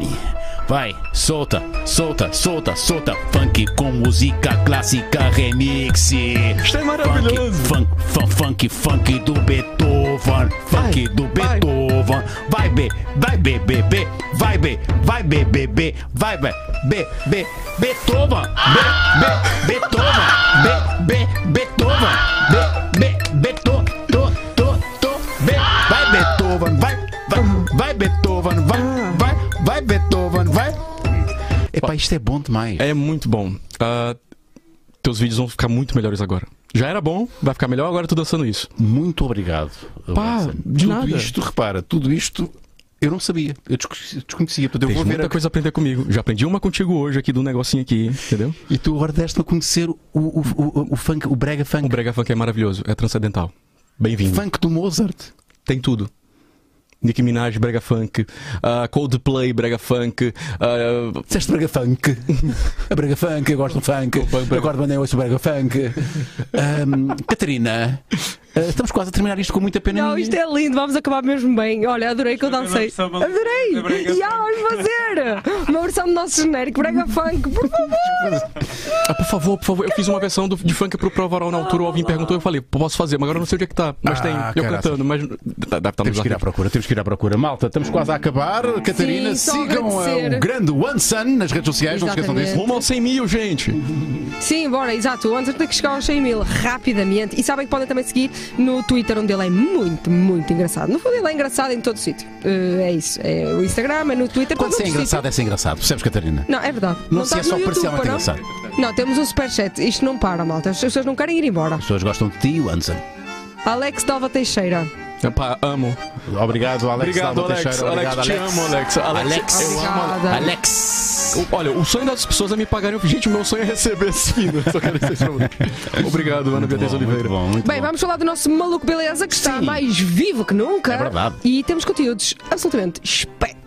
S1: Vai, solta, solta, solta, solta. Funk com música clássica remix.
S2: Isto é maravilhoso.
S1: Funk, funk, funk, funk do Beethoven. Funk do
S2: vai.
S1: Beethoven. Vai, be, vai, be, be, be. Vai, be, vai, be, be, be. Vai, be, be, be. Beethoven. Be, be, Beethoven. Be, be, Beethoven. Be, be, Beethoven. To, to, to. Be, vai, Beethoven. Vai, vai, vai, Beethoven. Vai, vai, vai, Beethoven. Vai.
S3: Epá, isto é bom demais.
S2: É muito bom. Ah, teus vídeos vão ficar muito melhores agora. Já era bom, vai ficar melhor agora tu dançando isso.
S3: Muito obrigado.
S2: Pá,
S3: Wilson.
S2: de
S3: tudo
S2: nada.
S3: isto, repara, tudo isto eu não sabia. Eu desco- desconhecia. Portanto, eu
S2: Tem
S3: vou ver
S2: muita
S3: a-
S2: coisa a aprender comigo. Já aprendi uma contigo hoje aqui do negocinho aqui, entendeu?
S3: E tu agora deste-me a conhecer o, o, o, o funk, o brega funk.
S2: O Brega Funk é maravilhoso, é transcendental. Bem-vindo.
S3: funk do Mozart.
S2: Tem tudo. Nicki Minaj, Brega Funk, ah, Coldplay, Brega Funk, ah,
S3: Disseste brega funk. A brega funk, eu gosto do funk. Eu gosto de bandeira, ouço o brega funk. Ahm, Catarina, ah, estamos quase a terminar isto com muita pena.
S4: Não, isto é lindo, vamos acabar mesmo bem. Olha, adorei que eu
S5: Vamos
S4: dancei.
S5: fazer uma versão
S4: Adorei!
S5: da Brega
S4: E há, vamos fazer uma versão do nosso genérico, Brega Funk, por favor!
S2: ah, por favor, por favor, eu fiz uma versão do, de funk pro Provaral na altura, o Alvin perguntou, eu falei, posso fazer, mas agora eu não sei onde é que tá. Mas
S3: Ah,
S2: tem, eu
S3: caraças.
S2: cantando, mas deve estar
S3: Temos
S2: nos
S3: que ir à
S2: arquivos.
S3: procura, temos que ir à procura. Malta, estamos quase a acabar. Catarina,
S4: só
S3: sigam
S4: agradecer.
S3: ah, o grande One Sun nas redes sociais, não se esqueçam disso.
S2: Rumo aos 100 mil, gente!
S4: Sim, bora, exato. O Anderson tem que chegar aos 100 mil rapidamente. E sabem que podem também seguir no Twitter, onde ele é muito, muito engraçado. No fundo, ele é engraçado em todo o sítio. Eh, é isso. É o Instagram, é no Twitter.
S3: Quando
S4: todo
S3: se é
S4: o sítio.
S3: engraçado, é ser engraçado. Percebes, Catarina?
S4: Não, é verdade.
S3: Não se
S4: está
S3: é só
S4: no YouTube,
S3: parcialmente
S4: não?
S3: engraçado.
S4: Não, temos um superchat. Isto não para, malta. As pessoas não querem ir embora.
S3: As pessoas gostam de ti, One Sun.
S4: Alex Dalva Teixeira.
S2: Epá, amo.
S3: Obrigado, Alex.
S2: Obrigado,
S3: Dalma
S2: Alex.
S3: Teixeira.
S2: Alex,
S3: Obrigado,
S2: te
S3: Alex.
S2: amo, Alex. Alex,
S3: Alex.
S2: eu amo. Alex.
S4: Obrigada.
S3: Alex.
S2: O- Olha, o sonho das pessoas é me pagarem. Gente, o meu sonho é receber esse filho. Só quero dizer isso
S3: [laughs]
S2: pra você. Obrigado, Ana Beatriz Oliveira.
S3: bom, muito
S4: Bem, vamos falar do nosso maluco beleza que está mais vivo que nunca.
S3: É verdade.
S4: E temos conteúdos absolutamente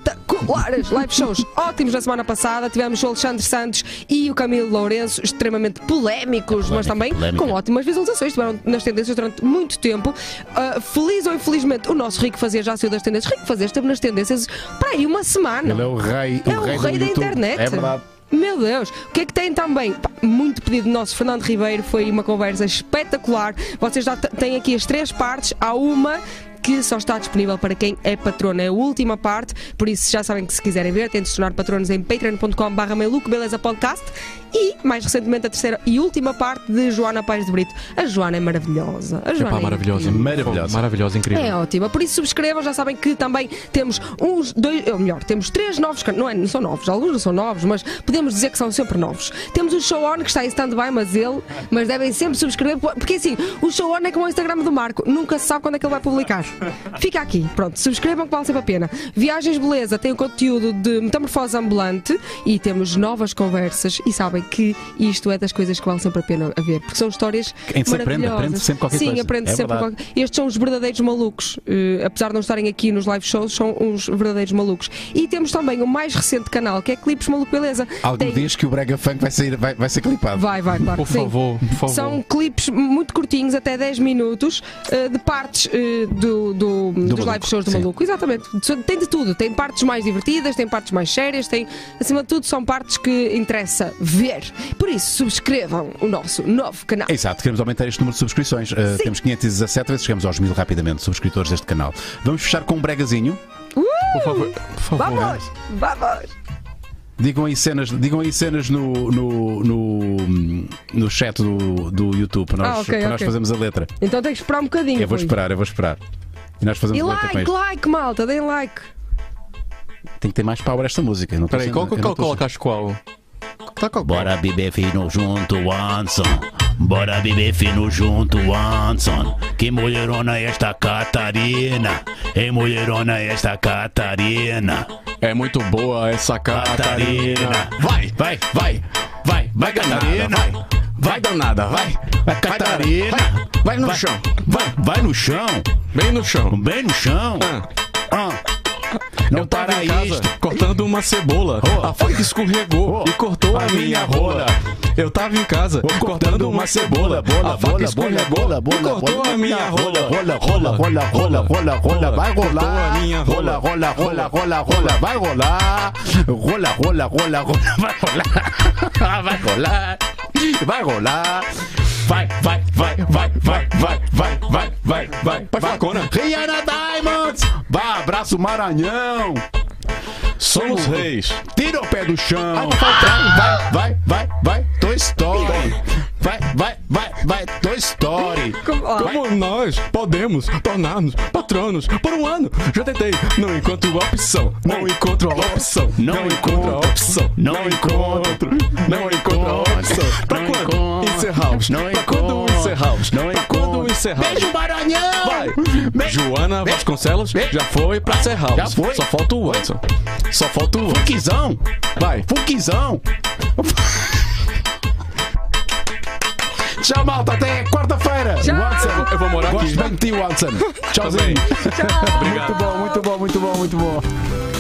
S4: espetaculares. Live shows
S3: [laughs]
S4: ótimos na semana passada. Tivemos o Alexandre Santos e o Camilo Lourenço, extremamente polémicos, mas também
S1: polémica.
S4: com ótimas visualizações. Estiveram nas tendências durante muito tempo. Ah, feliz ou infelizmente, o nosso Rico Fazer já saiu das tendências. Rico Fazer esteve nas tendências para aí uma semana.
S3: Ele é o rei,
S4: É o
S3: rei,
S4: rei,
S3: do
S4: da
S3: YouTube.
S4: internet.
S3: É verdade.
S4: Meu Deus, o que é que tem também? Pá, Muito pedido nosso, Fernando Ribeiro, foi uma conversa espetacular. Vocês já t- têm aqui as três partes, há uma que só está disponível para quem é patrono, é a última parte, por isso já sabem que se quiserem ver, têm de se tornar patronos em patreon.com.br Meluco Beleza Podcast e, mais recentemente, a terceira e última parte de Joana Paes de Brito. A Joana é maravilhosa. A Joana
S2: Epá,
S4: é
S2: maravilhosa.
S4: incrível.
S3: Maravilhosa.
S2: Maravilhosa, incrível.
S4: É ótima. Por isso subscrevam, já sabem que também temos uns dois, ou melhor, temos três novos canais, não, é, não são novos, alguns não são novos, mas podemos dizer que são sempre novos. Temos o Show On que está em stand-by, mas ele, mas devem sempre subscrever, porque assim, o Show On é como o Instagram do Marco, nunca se sabe quando é que ele vai publicar. Fica aqui, pronto, subscrevam que vale sempre a pena. Viagens Beleza tem o conteúdo de Metamorfose Ambulante e temos novas conversas e sabem que isto é das coisas que vale sempre a pena a ver, porque são histórias
S3: Quem se aprende,
S4: maravilhosas.
S3: aprende sempre qualquer
S4: Sim,
S3: coisa.
S4: aprende
S3: É
S4: sempre
S3: verdade.
S4: qualquer estes são os verdadeiros malucos. Eh, apesar de não estarem aqui nos live shows, são uns verdadeiros malucos. E temos também o mais recente canal, que é Clipes Maluco Beleza.
S3: Algum
S4: Tem-
S3: diz que o Brega Funk vai, sair, vai, vai ser clipado.
S4: Vai, vai, claro.
S2: Por
S4: que sim. um
S2: favor, por favor.
S4: São clipes muito curtinhos, até 10 minutos, eh, de partes eh, do, do- dos
S3: maluco,
S4: live shows do
S3: sim.
S4: maluco. Exatamente. Tem de tudo. Tem partes mais divertidas, tem partes mais sérias, tem. Acima de tudo, são partes que interessa ver. Por isso, subscrevam o nosso novo canal.
S3: Exato, queremos aumentar este número de subscrições. Uh, temos 517, vezes chegamos aos mil rapidamente, subscritores deste canal. Vamos fechar com um bregazinho.
S2: Por favor. Por favor.
S4: Vamos! Vamos!
S3: Digam aí cenas, digam aí cenas no, no, no, no chat do, do YouTube para nós,
S4: Ah, ok,
S3: para nós
S4: ok.
S3: fazermos a letra.
S4: Então tem que esperar um bocadinho.
S3: Eu vou
S4: Rui.
S3: esperar, eu vou esperar. E nós fazemos
S4: E
S3: a letra com
S4: like,
S3: isto.
S4: like, malta, deem like.
S9: Tem que ter mais power esta música. Não tô
S2: Peraí,
S9: sendo-
S2: qual,
S9: eu
S2: qual,
S9: não
S2: qual
S9: tô sendo-
S2: colocas qual? Tá qual?
S3: Bora beber fino junto, Watson. Bora beber fino junto, Watson. Que mulherona é esta Catarina. Ei, mulherona é esta Catarina.
S2: É muito boa essa Catarina.
S3: Catarina.
S2: Vai, vai, vai, vai, vai Catarina. Vai, vai danada, vai. Vai
S3: Catarina.
S2: Vai, vai no
S3: Vai.
S2: chão,
S3: Vai, vai no chão,
S2: bem no chão.
S3: bem no chão.
S2: Ah,
S3: Ah,
S2: eu
S3: para
S2: tava em casa
S3: isto.
S2: cortando uma cebola. A faca escorregou
S3: Oh.
S2: e cortou a
S3: A
S2: minha
S3: minha rola.
S2: rola. Eu tava em casa cortando uma cebola.
S3: Bola,
S2: A faca
S3: bola, bola,
S2: escorregou
S3: bola,
S2: e
S3: bola,
S2: cortou
S3: bola.
S2: a minha rola.
S3: Rola, rola, rola, rola, rola, rola, vai rolar.
S2: Cortou a minha rola.
S3: Rola, rola, rola, rola, rola, vai rolar. Rola, rola, rola, rola, [laughs] vai rolar. Vai rolar. Vai rolar. Vai, vai, vai, vai, vai, vai, vai, vai, vai, vai.
S2: Pode falar, Conan.
S3: Rihanna Diamonds. Vai, abraço Maranhão.
S2: Somos reis.
S3: Tira o pé do chão. Vai, vai, vai, vai, Toy Story. Vai, vai, vai, vai, Toy Story.
S4: Como, ó,
S2: Como nós podemos tornar-nos patronos por um ano? Já tentei, não encontro a opção. Não encontro a opção.
S3: Não
S2: Não encontro a
S3: encontro.
S2: opção.
S3: Não encontro.
S2: Não encontro a opção. Pra
S3: Não
S2: quando
S3: encontro.
S2: encerramos?
S3: Não
S2: Pra quando
S3: encontro.
S2: encerramos?
S3: Não
S2: Pra quando
S3: encontro.
S2: encerramos?
S3: Beijo, Maranhão.
S2: Vai!
S3: Beijo.
S2: Joana Vasconcelos
S3: Beijo.
S2: já foi pra Serral.
S3: Já foi.
S2: Só falta o Watson. Só falta o Watson.
S3: Fuquizão.
S2: Vai.
S3: Fuquizão. Tchau, malta. Até quarta-feira.
S4: Tchau.
S3: Watson.
S2: Eu vou morar aqui. [laughs]
S3: Gosto bem de ti, Watson. Tchauzinho.
S2: Também.
S4: tchau.
S2: Obrigado.
S3: Muito bom, muito bom, muito bom, muito bom.